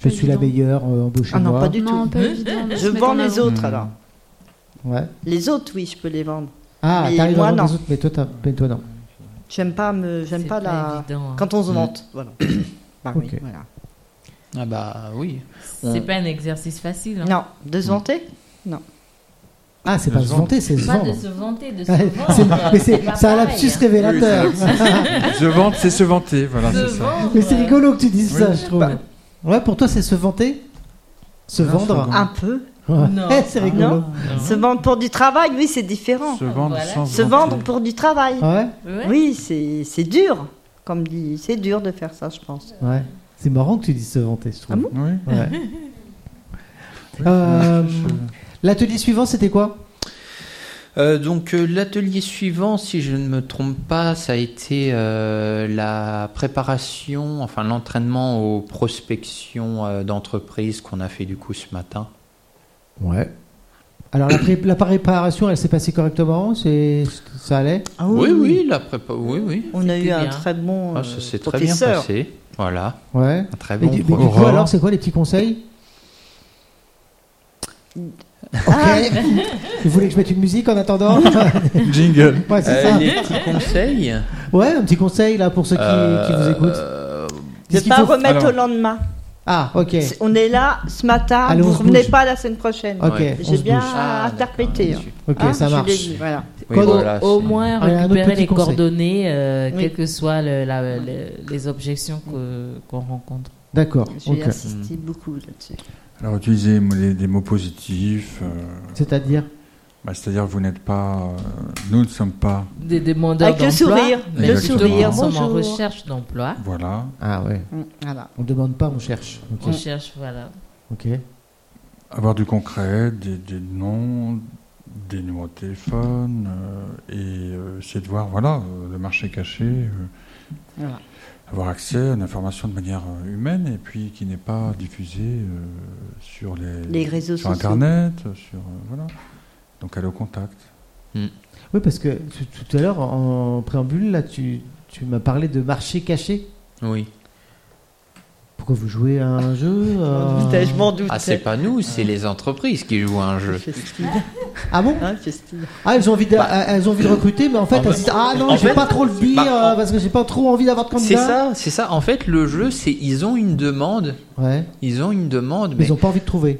F: Je
C: Pas
F: suis la
C: évident.
F: meilleure, euh,
D: Ah non,
F: embauchez-moi.
D: pas du
C: Non,
D: tout.
C: pas évident. de
D: Je
C: se mettre
D: vends
C: en
D: les
C: avant.
D: autres
A: Mmh.
D: alors.
F: Ouais.
D: Les autres, oui, je peux les vendre.
F: Ah,
D: Mais
F: t'arrives à
D: moi,
F: vendre
D: non.
F: les autres, mais toi, t'as- mais toi, non.
D: J'aime pas me, j'aime
B: C'est
D: pas, la.
B: évident, hein.
D: Quand on se vante, voilà. Bah oui,
F: Ok.
D: voilà.
E: Ah bah oui.
B: C'est pas un exercice facile. hein.
D: Non, Mm. de se vanter.
F: Ah, c'est
A: De
F: pas
A: se
F: se
A: vendre.
F: vanter, c'est se
B: Pas de
F: vendre.
B: se vanter, de se
F: Ouais, (laughs) c'est-
B: vendre.
F: mais c'est
B: pas
F: c'est un
B: pareil,
F: lapsus
B: hein.
F: révélateur. (laughs)
A: Se vante, c'est se vanter. Voilà,
B: Se
A: c'est ça.
B: vendre.
F: mais c'est rigolo que tu dises
A: Oui. Bah.
F: ça, je trouve. Ouais, pour toi, c'est se vanter Se
A: Non,
F: vendre
A: se
D: Un peu.
F: Ouais.
B: Non.
F: Eh, (laughs) c'est rigolo.
D: Se vendre pour du travail, oui, c'est différent.
A: Se vendre
B: Voilà.
A: sans
D: Se
A: vanter.
D: vendre pour du travail.
F: Ah Ouais,
B: Ouais.
D: Oui, c'est c'est dur. Comme dit, c'est dur de faire ça, je pense.
F: ouais. C'est marrant que tu dises se vanter, je trouve.
A: Oui.
D: Ah
F: Ouais.
D: (laughs)
F: Euh, L'atelier suivant, c'était quoi
E: Euh, donc euh, l'atelier suivant, si je ne me trompe pas, ça a été euh, la préparation, enfin l'entraînement aux prospections euh, d'entreprises qu'on a fait du coup ce matin.
F: Ouais. Alors, la, pré- la préparation, elle s'est passée correctement C'est- Ça allait
D: Ah
E: Oui, oui, la prépa, oui, oui.
D: On a eu
B: C'était
D: un
B: bien.
D: très bon
E: Ah, ça s'est
D: euh,
E: très bien
D: professeur.
E: passé. Voilà,
F: Ouais.
E: un très
F: Mais
E: bon
F: du, mais du
E: prof.
F: coup, alors, c'est quoi les petits conseils
D: Ah.
F: Ok. Vous voulez que je mette une musique en
D: (laughs)
F: attendant (laughs)
A: Jingle.
F: Ouais, c'est
E: Euh,
F: ça.
E: les petits conseils.
F: Ouais, un petit conseil là pour ceux qui, qui vous écoutent.
E: Euh,
D: Ne
F: Qu'est-ce qu'il
D: pas
F: faut-
D: remettre
A: Alors.
D: au lendemain.
F: Ah, ok.
D: C'est- On est là ce matin,
F: Allez, on
D: vous
F: se
D: revenez
F: bouge.
D: pas la semaine prochaine.
F: Ok, on
D: J'ai
F: se
D: bien
F: bouge.
E: Ah,
D: interprété.
E: d'accord,
D: hein.
F: Ok,
D: Hein,
F: ça
D: je l'ai
F: marche.
D: dit, voilà.
E: Oui,
F: Quoi
E: voilà,
B: Au
E: c'est-
B: moins
F: Allez, un autre
B: récupérer
F: petit
B: les
F: conseil.
B: coordonnées, euh,
D: Oui.
B: quelles que soient le- la- le- les objections que- qu'on rencontre.
F: D'accord.
D: J'ai
F: ok.
D: insisté beaucoup là-dessus.
A: Alors, utilisez mo- les- des mots positifs. euh,
F: C'est-à-dire
A: bah, C'est-à-dire, vous n'êtes pas. euh, nous ne sommes pas.
B: Des demandeurs
D: Avec le
B: d'emploi,
D: sourire,
B: mais
A: le
B: plutôt,
A: sourire,
B: nous sommes en
D: bonjour.
B: recherche d'emploi.
A: Voilà.
F: Ah ouais.
D: Mm, Voilà.
F: On demande pas, on cherche. Ok.
B: Recherche, voilà.
F: Ok.
A: Avoir du concret, des, des noms, des numéros de téléphone, euh, et euh, essayer de voir voilà, euh, le marché caché, euh,
D: Voilà.
A: avoir accès à l'information de manière euh, humaine, et puis qui n'est pas diffusée euh, sur les,
D: Les réseaux
A: sur
D: sociaux.
A: Internet, sur, euh, voilà. donc aller au contact.
F: Oui, parce que tout tout à l'heure, en préambule, là, tu, tu m'as parlé de marché caché.
E: Oui.
F: Pourquoi vous jouez à un jeu euh,
D: Putain, je m'en doute.
E: Ah, c'est pas nous, c'est les entreprises qui jouent à un jeu.
F: Ah bon
D: Hein, Christine.
F: Ah, elles ont, envie de, elles ont envie de recruter, mais en fait,
E: En
F: elles
E: fait-
F: disent Ah non,
E: en
F: je vais
E: fait-
F: pas trop le dire
E: Bah, en-
F: euh, parce que j'ai pas trop envie d'avoir de
E: C'est
F: candidat.
E: ça, c'est ça. En fait, le jeu, c'est ils ont une demande,
F: Ouais.
E: ils ont une demande,
F: Mais
E: mais
F: ils ont pas envie de trouver.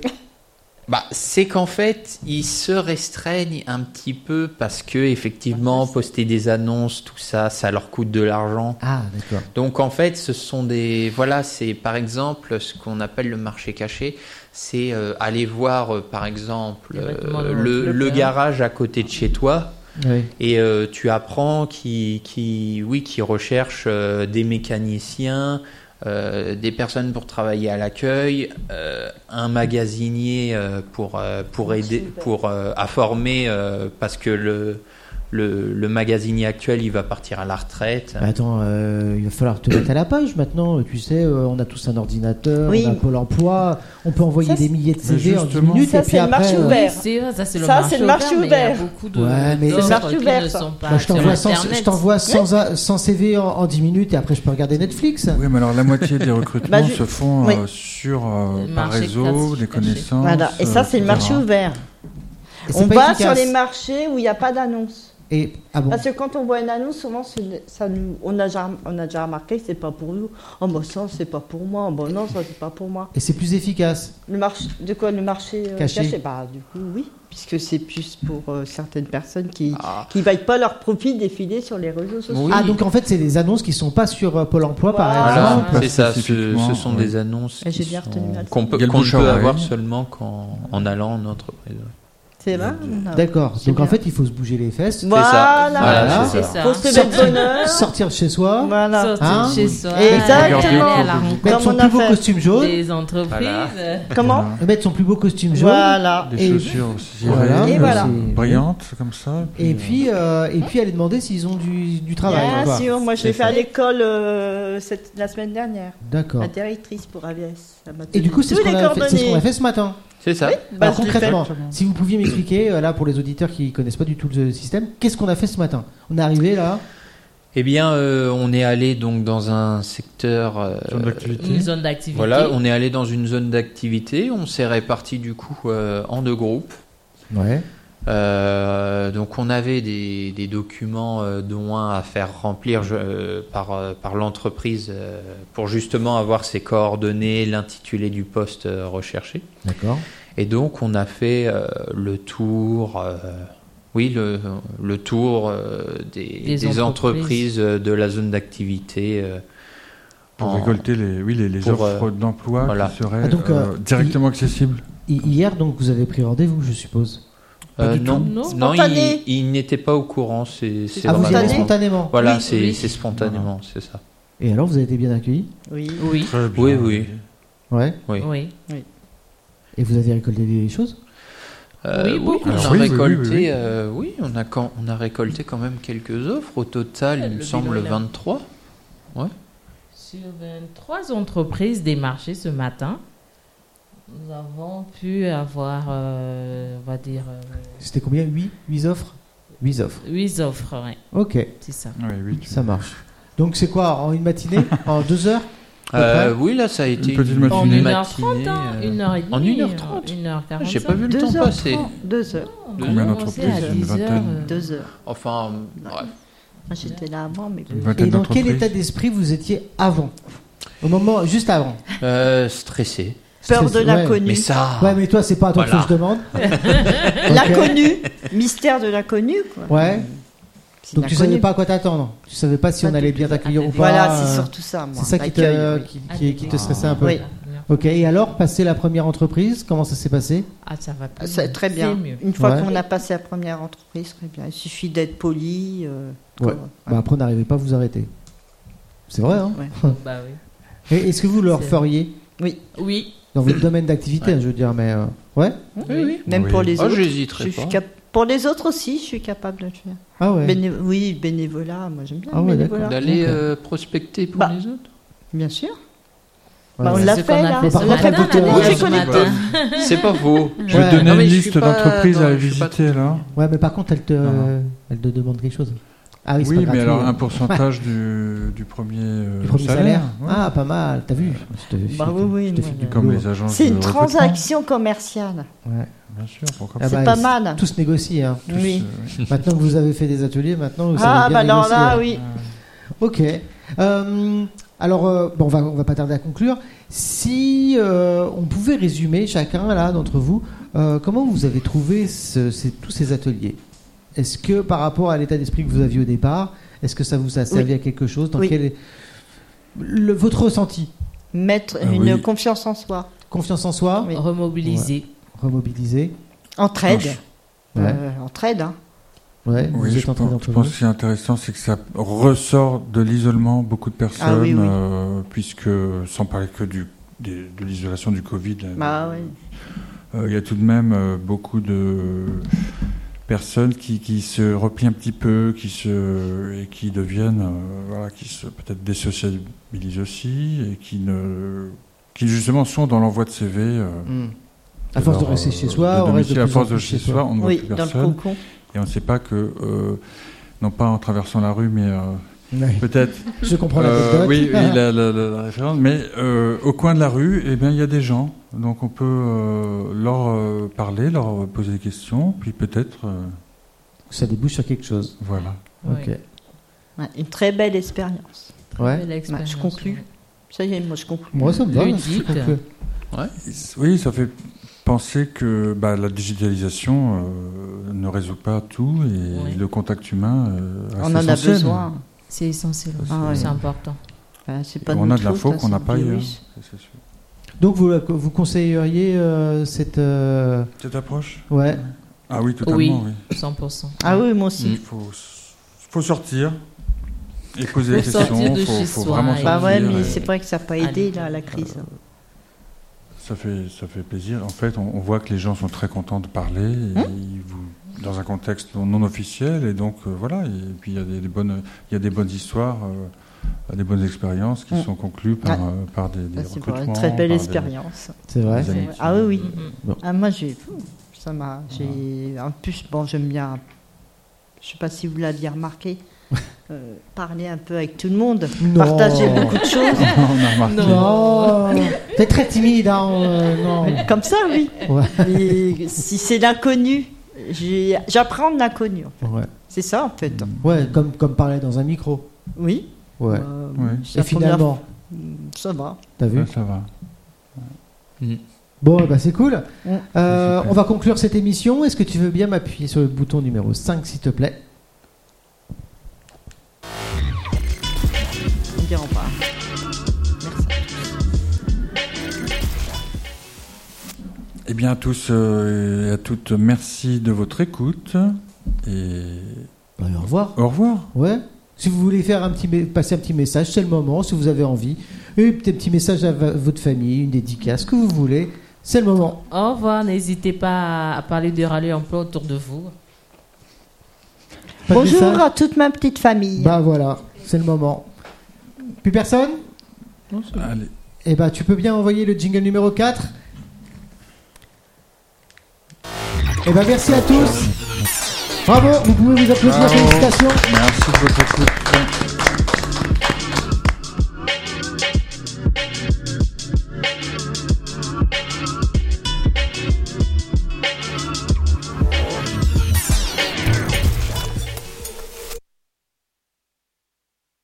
E: Bah, c'est qu'en fait, ils se restreignent un petit peu parce que effectivement, poster des annonces, tout ça, ça leur coûte de l'argent.
F: Ah, d'accord.
E: Donc en fait, ce sont des voilà, c'est par exemple ce qu'on appelle le marché caché, c'est euh, aller voir euh, par exemple
B: Les
E: euh,
B: vêtements dans
E: le,
B: le
E: le
B: plein.
E: garage à côté de chez toi
F: Oui.
E: et euh, tu apprends qui qui oui, qui recherche euh, des mécaniciens, euh, des personnes pour travailler à l'accueil, euh, un magasinier euh, pour euh, pour aider pour euh, à former euh, parce que le le, le magasinier actuel, il va partir à la retraite.
F: Bah, attends, euh, il va falloir te mettre à la page maintenant. Tu sais, euh, on a tous un ordinateur,
D: Oui.
F: on a Pôle emploi, on peut envoyer
D: Ça,
F: des milliers de
A: Mais
F: CV en 10
A: justement-
F: minutes.
D: Ça,
F: et puis
D: c'est le
F: après,
D: marché
F: euh,
D: ouvert.
B: Oui, c'est- ça, c'est le
D: Ça,
B: marché
D: c'est le marché
B: ouvert, mais il y a
D: ouvert.
B: beaucoup de
F: Ouais, mais-
B: d'offres
F: C'est
D: le marché
B: qui
D: ouvert,
B: ne
D: ça.
B: sont pas
F: bah, je
B: sur
F: t'envoie 100,
B: Internet.
F: je t'envoie 100 a- 100 CV en, en 10 minutes et après je peux regarder Netflix.
A: Oui, mais alors la moitié
D: (laughs)
A: des recrutements
D: Bah, je-
A: se font
D: oui.
A: euh, sur euh,
B: Le
A: par
B: marché
A: réseau,
B: classique,
A: des connaissances.
D: Voilà. Et ça, c'est le
A: euh,
D: marché
A: etc.
D: ouvert.
F: Et c'est
D: On
F: pas
D: va sur
F: efficace.
D: les marchés où il n'y a pas d'annonce.
F: Et, ah bon.
D: Parce que quand on voit une annonce, souvent, ce n'est- ça nous, on, a déjà, on a déjà remarqué que c'est pas pour nous. Oh, bah ça, c'est pas pour moi. Oh, bah non, ça, c'est pas pour moi.
F: Et c'est plus efficace.
D: Le marché, de quoi le marché euh,
F: Caché.
D: caché, Bah, Du coup, oui, puisque c'est plus pour euh, certaines personnes qui
E: Ah.
D: qui ne veillent pas leur profit défiler sur les réseaux sociaux.
E: Oui.
F: Ah, donc en fait, c'est des annonces qui sont pas sur euh, Pôle emploi, par
D: Voilà.
F: exemple.
E: Voilà,
A: Ah,
E: c'est ça, ce,
A: spécifiquement,
E: ce sont
A: oui.
E: des annonces
D: Et j'ai
E: qui
D: bien
E: sont-
D: retenu la-
E: qu'on peut,
A: Quel
E: qu'on
A: bon
E: peut
A: char,
E: avoir
A: ouais.
E: seulement qu'en- en allant en entreprise.
D: C'est vrai
F: D'accord.
D: C'est
F: Donc en
D: bien.
F: fait, il faut se bouger les fesses,
E: C'est ça.
D: Voilà,
E: Voilà, c'est
B: C'est
E: ça.
B: ça.
D: Faut se mettre bonheur.
F: sortir de chez soi,
D: Voilà.
B: Sortir
F: Hein
B: de chez soi,
D: Exactement.
B: aller à la rencontre
F: mettre
D: Comme
F: son
D: on
F: plus
D: a
F: beau
D: fait.
F: costume jaune,
B: des entreprises.
E: Voilà.
D: Comment
A: Voilà.
F: mettre son plus beau costume jaune.
D: Voilà.
A: Des
F: Et-
A: chaussures aussi
F: Voilà.
A: raides,
D: Et voilà.
A: euh, brillantes comme ça.
F: Et
A: euh,
F: puis, euh, et puis aller demander s'ils ont du, du travail.
D: Bien
F: quoi.
D: sûr, moi je
F: C'est
D: l'ai fait
F: ça.
D: à l'école euh, cette- la semaine dernière.
F: D'accord.
D: La directrice pour AVS. elle m'a
F: Et du
D: donné
F: coup, c'est ce
D: Bah, tous
F: qu'on
D: les
F: a, fait- c'est ce qu'on a
D: coordonnées.
F: fait ce matin.
E: C'est ça.
D: Bah,
F: Alors
D: je l'ai
F: concrètement,
D: fait.
F: si vous pouviez m'expliquer, euh, là pour les auditeurs qui connaissent pas du tout le système, qu'est-ce qu'on a fait ce matin On est arrivé là,
E: Eh bien, euh, on est allé donc dans un secteur. euh,
A: Zone d'activité.
B: une zone d'activité.
E: voilà, on est allé dans une zone d'activité. On s'est répartis du coup euh, en deux groupes.
F: ouais.
E: Euh, donc, on avait des, des documents, euh, dont un à faire remplir je- euh, par, euh, par l'entreprise euh, pour justement avoir ses coordonnées, l'intitulé du poste euh, recherché.
F: d'accord.
E: Et donc on a fait euh, le tour, euh, oui, le, le tour euh, des,
B: Des
E: des
B: entreprises.
E: entreprises euh, de la zone d'activité. euh,
A: Pour
E: en-
A: récolter les, oui, les, les
E: pour,
A: offres
E: euh,
A: d'emploi
E: voilà.
A: qui seraient
F: Ah, donc,
A: euh,
F: euh,
A: directement accessibles.
F: Hi- Hier donc vous avez pris rendez-vous, je suppose.
A: Pas
E: euh,
A: du
E: non,
A: tout.
B: Non,
E: non,
D: spontané.
E: il, il n'était pas au courant. C'est c'est
F: Ah vous y allez
E: vraiment-
F: spontanément.
E: Voilà,
B: Oui,
E: c'est
B: oui.
E: c'est spontanément, c'est ça.
F: Et alors vous avez été bien accueillis,
D: Oui.
B: Oui,
A: Très bien.
E: Oui, oui.
F: ouais.
E: Oui.
B: oui.
F: Et vous avez récolté des choses.
E: Euh,
B: Oui,
E: oui,
B: beaucoup.
E: on a
A: Alors, oui, oui,
E: récolté,
A: oui, oui.
E: euh, oui, on a quand, on a récolté quand même quelques offres au total,
B: Ah,
E: il
B: le
E: me
B: bilan
E: semble
B: est là.
E: 23.
B: Sur 23 entreprises démarchées ce matin, nous avons pu avoir, euh, on va dire,
F: C'était combien 8 8 offres 8 offres.
B: 8 offres, ouais,
F: Ok,
B: c'est ça.
E: (laughs)
A: Oui, oui, tu-
F: (laughs) ça marche. Donc c'est quoi en une matinée, en deux heures
E: Euh, oui, là, ça a été
A: petite
E: une,
B: En
A: matinée.
E: une
B: 1h30, hein,
E: matinée, euh,
B: 1h30.
E: en 1h30.
B: 1h45.
E: J'ai pas vu le temps
D: 2
E: passer.
D: heures. 2 heures.
A: Combien
B: à
A: d'entreprises Une
B: 10 heures,
A: vingtaine.
B: euh,
D: 2 heures.
E: Enfin, bref.
D: Moi, J'étais là avant, mais.
A: Une
E: Bah,
F: Et
A: vingtaine
F: dans quel état
A: d'entreprises.
F: d'esprit vous étiez avant Au moment, juste avant.
E: Euh, stressé.
D: Peur
F: Stress-
D: de l'inconnu.
E: Mais ça.
F: Ouais. Ouais, mais toi, c'est pas à toi que
E: Voilà.
F: je demande.
D: (laughs) L'inconnu. Mystère de l'inconnu, quoi.
F: Ouais.
D: C'est
F: Donc tu
D: l'inconnu.
F: savais pas à quoi t'attendre. Tu savais pas si
B: Pas
F: on
B: du
F: allait bien
B: tout.
F: t'accueillir ou pas.
D: Voilà,
F: euh,
D: c'est surtout ça, moi.
F: C'est ça qui te,
D: l'accueil, oui.
F: qui, qui- qui te stressait un peu.
D: Oui.
F: Ok, et alors, passer la première entreprise, comment ça s'est passé
B: Ah, ça va plus.
D: C'est très bien.
B: C'est mieux.
D: Une fois
F: Ouais.
D: qu'on a passé la première entreprise, très bien. Il suffit d'être poli. euh,
F: Ouais.
D: comme-
F: Bah, Après, on n'arrivait pas à vous arrêter. C'est vrai, hein
D: Ouais.
B: Bah oui.
F: Et Est-ce que vous le
B: C'est-
F: feriez
B: Oui.
F: dans votre domaine d'activité, je veux dire, mais... euh, Ouais
E: Oui, oui.
D: Même
A: Oui.
D: pour les
E: Ah,
D: autres.
E: j'hésiterais
D: Je suis
E: pas.
D: cap- Pour les autres aussi, je suis capable de le faire.
F: Ah ouais
D: Béné- oui, bénévolat, moi j'aime bien
F: Ah
D: le
F: ouais,
D: bénévolat.
E: D'aller
F: Ok.
E: euh, prospecter pour
D: Bah.
E: les autres.
D: Bien sûr.
F: Ouais.
D: Bah, on
B: C'est
D: l'a
B: ce
D: fait,
B: qu'on a
D: là.
B: fait ce
D: On l'a fait
B: matin,
D: pour tout le
B: là,
D: monde.
B: d'ailleurs,
D: Je
B: ce
D: connais
B: matin.
E: C'est pas faux.
A: Je vais
F: Ouais.
A: te donner
E: Non, mais
A: une
E: je
A: liste
E: suis pas-
A: d'entreprises
E: non,
A: à
E: je suis pas
A: visiter là.
F: Ouais, mais par contre, elle te,
A: Non, non.
F: elle te demande quelque chose. Ah oui, c'est
A: Oui,
F: pas
A: mais
F: gratuit,
A: alors
F: hein.
A: un pourcentage du, du premier, euh,
F: Du premier salaire.
A: salaire. ouais.
F: Ah, pas mal, t'as vu Je te file-
D: Bah oui, oui,
F: je te
D: moi,
F: file
D: je-
F: du
A: Comme
F: boulot.
A: les agences
D: C'est
A: de
D: une
A: recrutement.
D: transaction commerciale.
F: Ouais.
A: Bien sûr, pourquoi pas.
F: Ah
D: C'est
F: bah,
D: pas
F: ils-
D: mal.
F: Tous négocier, hein.
A: Tous,
D: oui.
A: euh, oui.
F: Maintenant que vous avez fait des ateliers,
A: euh,
F: maintenant vous savez
D: Ah,
F: bien
D: bah alors
F: négocier,
D: là,
F: hein.
D: oui.
F: Ok. Euh, alors, euh, bon, on va, on va pas tarder à conclure. Si euh, on pouvait résumer chacun là d'entre vous, euh, comment vous avez trouvé ce- ces- tous ces ateliers Est-ce que par rapport à l'état d'esprit que vous aviez au départ, est-ce que ça vous a servi à quelque chose Dans
D: Oui.
F: quel le- votre ressenti
D: Mettre
A: Ah
D: une
A: oui.
D: confiance en soi.
F: Confiance en soi,
D: Oui.
B: Remobiliser.
F: remobiliser.
D: Entraide.
F: Ouais.
D: Euh, entraide, hein.
F: Ouais,
A: Oui,
F: vous
A: je
F: êtes entrés
A: pense,
F: entre
A: je pense
F: vous.
A: que ce qui est intéressant, c'est que ça ressort de l'isolement beaucoup de personnes,
D: Ah oui, oui.
A: euh, puisque sans parler que du, des- de l'isolation du Covid, euh,
D: Bah oui.
A: euh, il y a tout de même euh, beaucoup de personnes qui, qui se replient un petit peu, qui se et qui deviennent, euh, voilà, qui se peut-être désociabilisent aussi et qui ne qui justement sont dans l'envoi de CV. euh,
E: Hmm.
F: Mm. À force de
A: leur,
F: rester
A: euh,
F: chez soi, on reste
A: domicile,
F: de
A: à
F: plus en
A: force de
F: plus
A: chez soi, on ne voit
D: Oui,
A: plus
D: dans le
A: personne.
D: cocon.
A: Et on ne sait pas que, euh, non pas en traversant la rue, mais euh,
F: Ouais. (laughs)
A: peut-être.
F: Je comprends
A: euh,
F: l'anecdote.
A: oui, oui,
F: (laughs)
A: la, la- la- la référence. Mais euh, au coin de la rue, eh bien, il y a des gens. Donc on peut euh, leur euh, parler, leur poser des questions, puis peut-être. euh,
F: Ça débouche sur quelque chose.
A: voilà.
F: Ok.
B: Ouais.
D: Ouais, une très belle expérience.
B: Très
F: Ouais.
B: belle expérience,
D: je conclus.
B: ouais.
D: Ça y est, moi je conclue.
F: Moi, ça me va.
B: Ludique.
F: je trouve que-
A: Oui, ça fait penser que bah, la digitalisation euh, ne résout pas tout et
B: Oui.
A: le contact humain. euh, reste
D: On en a
A: essentiel.
D: besoin.
B: C'est essentiel.
D: Ah ouais.
B: C'est important.
D: Bah, c'est pas de
A: On a
D: notre
A: de l'info
D: faute, hein,
A: qu'on n'a
D: c'est
A: pas euh,
D: le
A: ailleurs.
D: virus.
A: C'est sûr.
F: Donc vous, la- vous conseilleriez euh, cette... euh,
A: Cette approche
F: Ouais.
A: Ah oui, totalement.
B: Oui.
A: oui.
B: 100%.
D: Ah oui, moi aussi.
A: Il faut, faut sortir et poser
B: Faut
A: des questions.
B: sortir de
A: faut,
B: chez
A: faut
B: soi
A: vraiment
B: et-
A: sortir.
D: Bah ouais, mais
A: et
D: c'est vrai que ça n'a pas aidé là, la crise.
A: Euh, ça, fait, ça fait plaisir. En fait, on, on voit que les gens sont très contents de parler et
D: Hein
A: ils vous- dans un contexte non, non officiel. Et donc, euh, voilà. Et puis, il y, a des, des bonnes- il y a des bonnes histoires, euh, des bonnes expériences qui
D: Mm.
A: sont conclues par,
D: Ouais.
A: euh, par des, des
D: Ça, c'est pour une
A: recrutements.
D: très belle
A: par des-
D: expérience.
F: C'est vrai.
A: des
D: Ouais.
A: amitiés.
D: Ah oui, oui.
F: Bon. Ah.
D: Ah, moi, j'ai. Ça m'a. J'ai. En plus, bon, j'aime bien. Je sais pas si vous
F: (laughs)
D: l'aviez remarqué. euh, parler un peu avec tout le monde.
F: Non.
D: Partager beaucoup de choses.
A: (laughs) on a remarqué.
F: Non. Oh, T'es très timide, hein. euh, non.
D: Comme ça, oui.
F: Ouais.
D: Mais si c'est l'inconnu, j'ai- j'apprends de l'inconnu.
F: Ouais.
D: C'est ça, en fait.
F: Ouais, comme, comme parler dans un micro.
D: Oui.
F: Ouais.
D: Euh,
A: Ouais.
D: c'est
F: Et
D: la première- Hmm,
F: finalement,
D: Ça va.
F: t'as vu
A: Ouais, ça va.
F: Bon, bah c'est cool.
D: Ouais.
F: Euh,
A: Super.
F: on va conclure cette émission. Est-ce que tu veux bien m'appuyer sur le bouton numéro 5, s'il te plaît
D: On dira pas. Merci.
A: Eh bien, à tous euh, et à toutes, merci de votre écoute. Et
F: Bah, Au revoir.
A: au revoir.
F: Ouais. Si vous voulez faire un petit mé- passer un petit message, c'est le moment, si vous avez envie. Et des petits messages à va- votre famille, une dédicace, ce que vous voulez. C'est le moment.
B: Au revoir. N'hésitez pas à- à parler de rallye emploi autour de vous.
F: Pas de message
D: Bonjour à toute ma petite famille.
F: Bah voilà, c'est le moment. Plus personne
A: Allez.
F: Eh bah tu peux bien envoyer le jingle numéro 4. Eh bah merci à tous. Bravo, vous pouvez vous applaudir,
A: Bravo.
F: félicitations.
A: Merci de votre écoute.